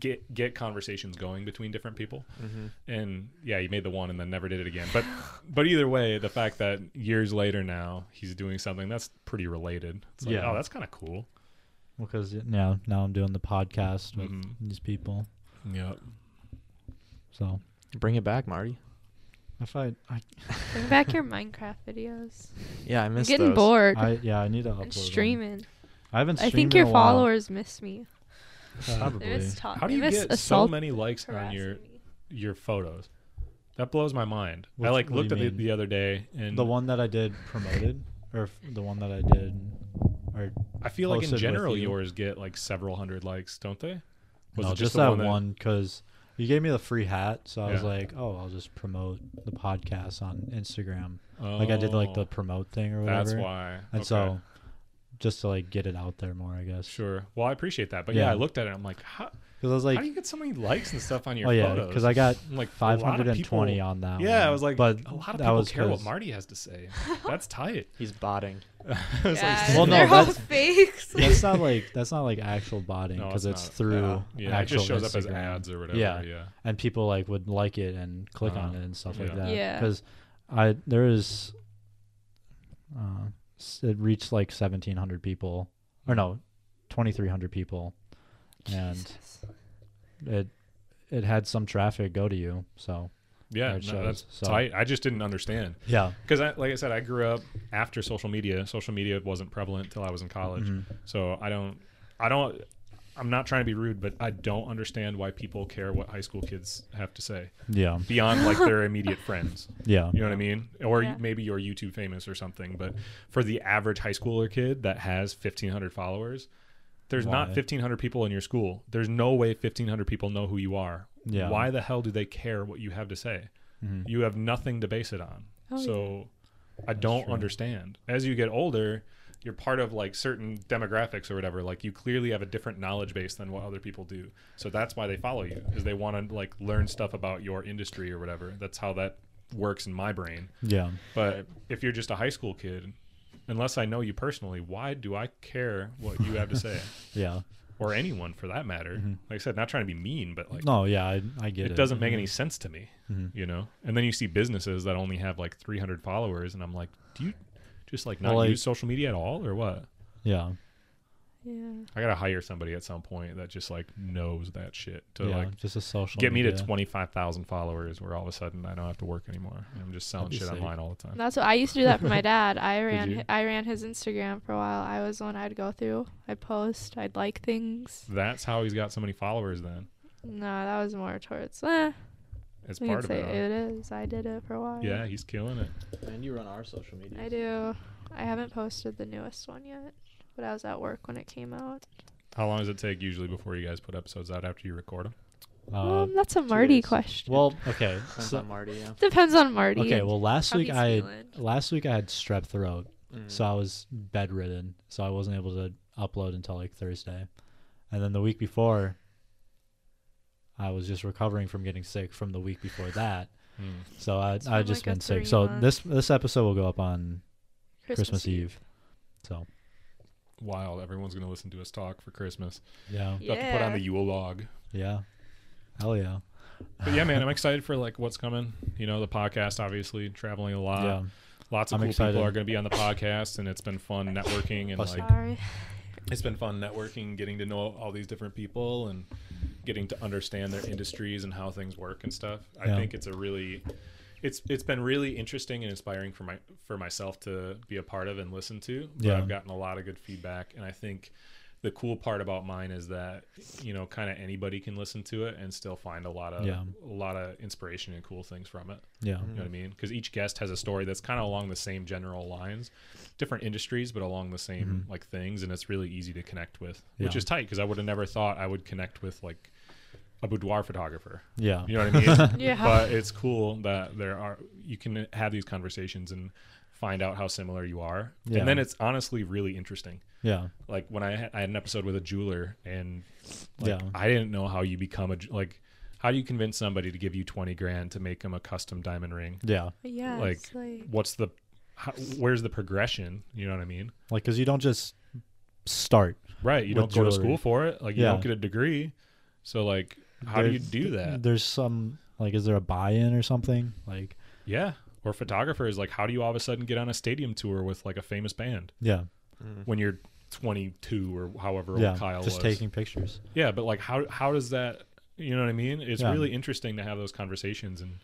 S3: get get conversations going between different people
S2: Mm-hmm.
S3: and yeah you made the one and then never did it again but but either way the fact that years later now he's doing something that's pretty related it's like
S2: Yeah.
S3: oh that's kind of cool
S2: because now now I'm doing the podcast with
S3: Mhm.
S2: these people.
S3: yeah
S2: So
S5: Bring it back, Marty.
S2: if I I,
S4: Bring back your Minecraft videos.
S5: Yeah, I
S4: I'm
S5: missed
S4: getting
S5: those.
S4: bored.
S2: I yeah I need to upload
S4: I'm
S2: them.
S4: streaming.
S2: I haven't.
S4: I
S2: Streamed
S4: think
S2: in
S4: your
S2: a while.
S4: followers miss me.
S2: Probably.
S4: They're just talk-
S3: how do
S4: they
S3: you
S4: miss
S3: get so
S4: assault
S3: many likes on
S4: harassing
S3: your
S4: me.
S3: your photos that blows my mind i
S2: What-
S3: like
S2: what do
S3: looked
S2: you
S3: at it
S2: mean?
S3: the other day and
S2: the one that I did promoted, or f- the one that I did, or
S3: i feel like
S2: posted
S3: in
S2: with
S3: general
S2: you.
S3: yours get like several hundred likes don't they
S2: no,
S3: it
S2: just,
S3: the
S2: that one because you gave me the free hat, so I was
S3: Yeah.
S2: like, oh, I'll just promote the podcast on Instagram.
S3: Oh,
S2: Like I did like the promote thing or whatever.
S3: that's why
S2: And
S3: Okay.
S2: so, just to like get it out there more, I guess.
S3: sure well i appreciate that but yeah,
S2: Yeah.
S3: i looked at it and i'm like how,
S2: Because I was
S3: how do
S2: like,
S3: you get so many likes and stuff on your
S2: oh yeah,
S3: photos
S2: because I got
S3: I'm like a lot of
S2: 520
S3: people-
S2: on that.
S3: Yeah,
S2: one,
S3: I was like,
S2: but
S3: a lot
S2: that
S3: of people
S2: was
S3: care what
S2: 'cause-
S3: Marty has to say. That's tight.
S5: He's botting.
S3: I was
S4: Yeah,
S3: like,
S2: Well, no,
S4: they're all
S2: that's-
S4: fakes.
S2: That's not like that's not like actual botting
S3: No,
S2: because
S3: it's
S2: it's,
S3: not.
S2: through
S5: Yeah.
S3: yeah, it
S2: actual
S3: just shows up as
S2: Instagram.
S3: ads or whatever. Yeah,
S2: Yeah.
S3: yeah.
S2: and people like would like it and click on
S3: Uh-huh.
S2: it and stuff
S3: Yeah.
S2: like that.
S4: Yeah.
S2: Because I there is, uh, s- it reached like seventeen hundred people, or no, twenty three hundred people, and
S4: Jesus.
S2: it it had some traffic go to you. So There
S3: Yeah, no,
S2: it
S3: that's
S2: shows, so-
S3: tight. I just didn't understand
S2: yeah,
S3: because, I, like I said, I grew up after social media. Social media wasn't prevalent until I was in college,
S2: Mhm.
S3: so I don't, I don't, I'm not trying to be rude, but I don't understand why people care what high school kids have to say
S2: yeah,
S3: beyond like their immediate friends.
S2: yeah,
S3: You know what I mean? Or
S4: Yeah.
S3: maybe you're YouTube famous or something. But for the average high schooler kid that has 1,500 followers, there's not
S2: Why?
S3: 1,500 people in your school. There's no way 1,500 people know who you are.
S2: Yeah.
S3: Why the hell do they care what you have to say?
S2: Mhm.
S3: You have nothing to base it on.
S4: Oh,
S3: so I don't
S2: true.
S3: understand. As you get older, you're part of like certain demographics or whatever. Like you clearly have a different knowledge base than what other people do. So that's why they follow you is they want to like learn stuff about your industry or whatever. That's how that works in my brain.
S2: yeah.
S3: But if you're just a high school kid, unless I know you personally, why do I care what you have to say
S2: yeah.
S3: or anyone for that matter?
S2: Mm-hmm.
S3: Like I said, not trying to be mean, but like
S2: No, yeah, I, I get
S3: it,
S2: it. Mm-hmm.
S3: doesn't make any sense to me,
S2: Mhm.
S3: you know. And then you see businesses that only have like 300 followers, and I'm like, do you just like not
S2: Well, like-
S3: use social media at all or what?
S2: Yeah,
S4: Yeah.
S3: I gotta hire somebody at some point that just like knows that shit to
S2: yeah.
S3: like.
S2: just a social.
S3: Get me to
S2: media.
S3: 25,000 followers where all of a sudden I don't have to work anymore. I'm just selling
S2: be
S3: shit
S2: sick.
S3: online all the time.
S4: That's what I used to do that for my dad. I ran
S3: you?
S4: hi- I ran his Instagram for a while. I was the one I'd go through. I'd post. I'd like things.
S3: That's how he's got so many followers then.
S4: No, that was more towards eh,
S3: as
S4: We
S3: part
S4: could
S3: of
S4: say
S3: it.
S4: it is. I did it for a while.
S3: Yeah, he's killing it.
S5: And you run our social media.
S4: I do. I haven't posted the newest one yet, but I was at work when it came out.
S3: How long does it take usually before you guys put episodes out after you record them?
S2: Uh,
S4: um, that's a Marty
S5: weeks.
S4: question.
S2: well, okay.
S5: Depends
S2: So,
S5: on Marty, yeah.
S4: Depends on Marty.
S2: okay.
S4: and
S2: Well, last
S4: how
S2: week
S4: he's
S2: I
S4: feeling.
S2: last week I had strep throat,
S5: Mm.
S2: so I was bedridden, so I wasn't able to upload until like Thursday, and then the week before, I was just recovering from getting sick from the week before that. So I
S4: It's
S2: I
S4: been
S2: just
S4: like a
S2: been sick.
S4: three
S2: So
S4: month-
S2: this this episode will go up on Christmas, Eve. So
S3: Wild. Everyone's going to listen to us talk for Christmas.
S2: yeah,
S4: Yeah.
S3: About to put on the Yule log.
S2: yeah, hell yeah,
S3: But yeah, man, I'm excited for like what's coming. You know, the podcast, obviously, traveling a lot.
S2: yeah.
S3: Lots of
S2: I'm
S3: cool
S2: excited.
S3: people are going to be on the podcast, and it's been fun networking and
S2: Bless you.
S3: like
S4: Sorry.
S3: it's been fun networking, getting to know all these different people and getting to understand their industries and how things work and stuff. I
S2: Yeah.
S3: think it's a really it's it's been really interesting and inspiring for my for myself to be a part of and listen to. But
S2: Yeah.
S3: I've gotten a lot of good feedback and I think the cool part about mine is that you know kind of anybody can listen to it and still find a lot of
S2: Yeah.
S3: a lot of inspiration and cool things from it.
S2: Yeah.
S3: You know what I mean? Because each guest has a story that's kind of along the same general lines, different industries, but along the same like things, and it's really easy to connect with, which
S2: Mm-hmm. Yeah.
S3: is tight. Because I would have never thought I would connect with like a boudoir photographer.
S2: Yeah.
S3: You know what I mean?
S4: Yeah.
S3: But it's cool that there are you can have these conversations and find out how similar you are,
S2: Yeah.
S3: and then it's honestly really interesting.
S2: Yeah.
S3: Like when I had, I had an episode with a jeweler, and like,
S2: Yeah.
S3: I didn't know how you become a j- like. How do you convince somebody to give you twenty grand to make them a custom diamond ring?
S2: Yeah.
S4: But yeah.
S3: like,
S4: it's like
S3: what's the how, where's the progression you know what i mean
S2: Like, cause you don't just start.
S3: right you
S2: With
S3: don't go to
S2: jewelry.
S3: school for it like you
S2: Yeah.
S3: don't get a degree so like how
S2: There's-
S3: do you do that
S2: There's some like, is there a buy-in or something? Like,
S3: yeah or photographers like how do you all of a sudden get on a stadium tour with like a famous band
S2: yeah,
S3: when you're 22 or however old
S2: Mm-hmm. yeah,
S3: kyle
S2: just
S3: was
S2: taking pictures.
S3: yeah but like how how does that you know what i mean it's
S2: Yeah.
S3: really interesting to have those conversations and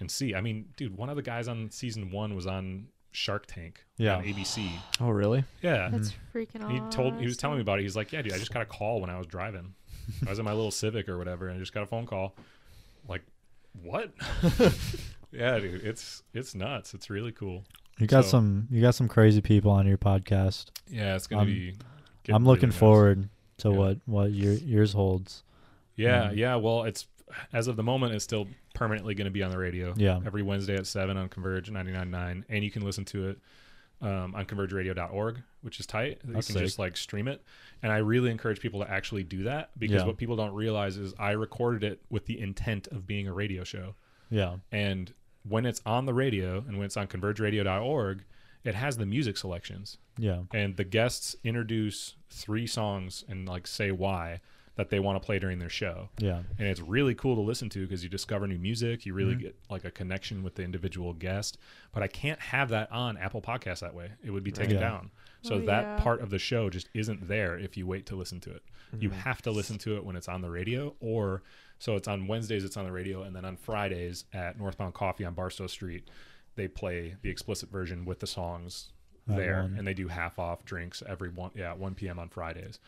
S3: and see i mean dude one of the guys on season one was on shark tank
S2: Yeah.
S3: on abc
S5: Oh, really?
S3: yeah
S4: that's freaking
S3: He
S4: awesome.
S3: told he was telling me about it. He's like, "Yeah, dude, I just got a call when I was driving. I was in my little Civic or whatever, and I just got a phone call. Like, what? yeah, dude, it's it's nuts. It's really cool.
S2: You got
S3: So-
S2: some, you got some crazy people on your podcast.
S3: Yeah, it's gonna
S2: I'm-
S3: be. get
S2: I'm looking
S3: really nuts.
S2: forward to
S3: Yeah.
S2: what what your yours holds.
S3: Yeah,
S2: Um,
S3: yeah. Well, it's as of the moment, it's still permanently going to be on the radio.
S2: Yeah.
S3: every Wednesday at seven on Converge 99.9, and you can listen to it um, on convergeradio.org, which is tight. You
S2: That's
S3: can
S2: sick.
S3: just like stream it, and I really encourage people to actually do that because
S2: Yeah.
S3: what people don't realize is I recorded it with the intent of being a radio show,
S2: Yeah,
S3: and when it's on the radio and when it's on convergeradio.org, it has the music selections
S2: yeah,
S3: and the guests introduce three songs and like say why that they want to play during their show
S2: yeah,
S3: and it's really cool to listen to because you discover new music you
S2: Mm-hmm.
S3: really get like a connection with the individual guest but i can't have that on apple Podcasts that way it would be taken
S2: Yeah.
S3: down so
S4: Oh,
S3: that
S4: yeah.
S3: part of the show just isn't there if you wait to listen to it you
S2: Mm-hmm.
S3: have to listen to it when it's on the radio or so it's on wednesdays it's on the radio and then on fridays at northbound coffee on barstow street they play the explicit version with the songs
S2: At
S3: there
S2: one.
S3: and they do half off drinks every one yeah at 1 p.m on fridays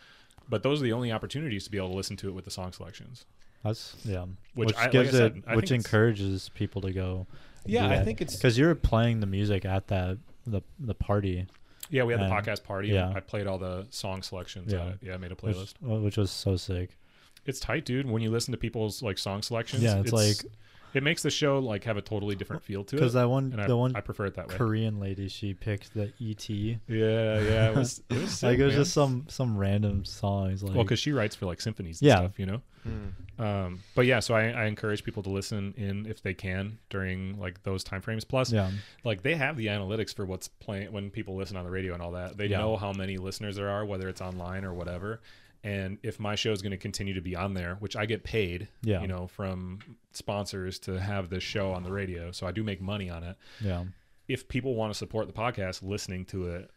S3: but those are the only opportunities to be able to listen to it with the song selections
S2: that's yeah,
S3: Which I- like
S2: gives
S3: I said,
S2: it,
S3: I
S2: which
S3: think it's-
S2: encourages people to go.
S3: Yeah, I think it's-
S2: because you're playing the music at that the the party,
S3: Yeah, we had
S2: And-
S3: the podcast party.
S2: yeah.
S3: And I played all the song selections.
S2: Yeah.
S3: Yeah, yeah I made a
S2: which, uh,
S3: playlist.
S2: which was so sick.
S3: It's tight, dude. When you listen to people's like song selections,
S2: Yeah, it's like-
S3: it makes the show like have a totally different feel to it.
S2: Because that one,
S3: and I,
S2: the one
S3: I prefer it that way.
S2: Korean lady, she picked the ET.
S3: yeah, yeah, it was. It was
S2: like
S3: sick,
S2: it was
S3: man.
S2: just some some random songs. Like
S3: Well, because she writes for like symphonies and
S2: Yeah.
S3: stuff, you know.
S5: Mm.
S3: Um, but yeah, so I, I encourage people to listen in if they can during like those time frames. Plus,
S2: yeah,
S3: like they have the analytics for what's playing when people listen on the radio and all that. They
S2: Yeah.
S3: know how many listeners there are, whether it's online or whatever. And if my show is going to continue to be on there, which I get paid,
S2: Yeah.
S3: you know, from sponsors to have this show on the radio, so I do make money on it.
S2: yeah,
S3: If people want to support the podcast, listening to it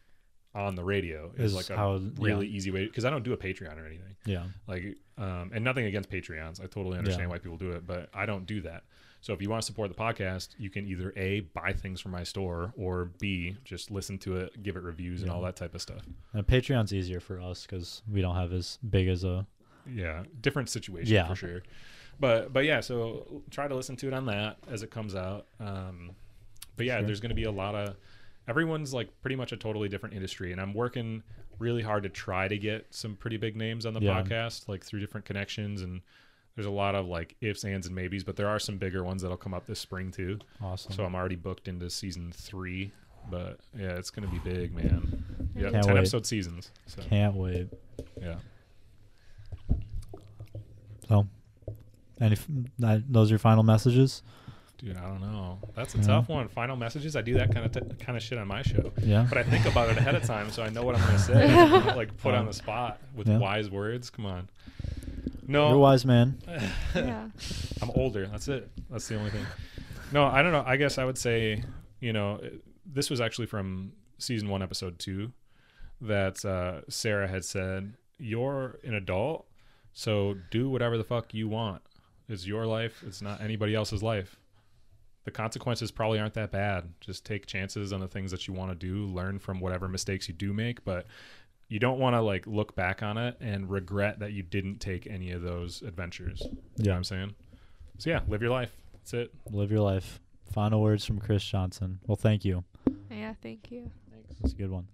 S3: on the radio is,
S2: Is
S3: like a
S2: how-
S3: really
S2: yeah.
S3: easy way because I don't do a Patreon or anything
S2: yeah,
S3: like um, and nothing against patreons i totally understand
S2: Yeah.
S3: why people do it but i don't do that so if you want to support the podcast you can either a buy things from my store or b just listen to it give it reviews and
S2: Yeah.
S3: all that type of stuff
S2: and Patreon's easier for us because we don't have as big as a
S3: yeah different situation
S2: Yeah.
S3: for sure but but yeah so try to listen to it on that as it comes out um but yeah
S2: Sure.
S3: there's going to be a lot of everyone's like pretty much a totally different industry and i'm working really hard to try to get some pretty big names on the
S2: Yeah.
S3: podcast like through different connections and there's a lot of like ifs ands and maybes but there are some bigger ones that'll come up this spring too
S2: Awesome.
S3: so i'm already booked into season three but yeah it's going to be big man yeah
S2: Can't
S3: 10
S2: wait.
S3: episode seasons so
S2: Can't wait.
S3: yeah
S2: So, any f- that, those are your final messages?
S3: Dude, I don't know. That's a
S2: Yeah.
S3: tough one. Final messages. I do that kind of t- kind of shit on my show,
S2: Yeah.
S3: but I think about it ahead of time, so I know what I'm gonna say. I don't, like put on the spot with
S2: Yeah.
S3: wise words. Come on. No,
S2: You're a wise man.
S4: yeah.
S3: I'm older. That's it. That's the only thing. No, I don't know. I guess I would say, you know, it- this was actually from season one, episode two, that uh, Sarah had said, "You're an adult, so do whatever the fuck you want. It's your life. It's not anybody else's life. The consequences probably aren't that bad. Just take chances on the things that you want to do. Learn from whatever mistakes you do make, but." You don't want to like look back on it and regret that you didn't take any of those adventures. You know what I'm saying? So yeah, live your life. That's it.
S2: Live your life. Final words from Chris Johnson. Well, thank you.
S4: Yeah, thank you.
S2: Thanks. That's a good one.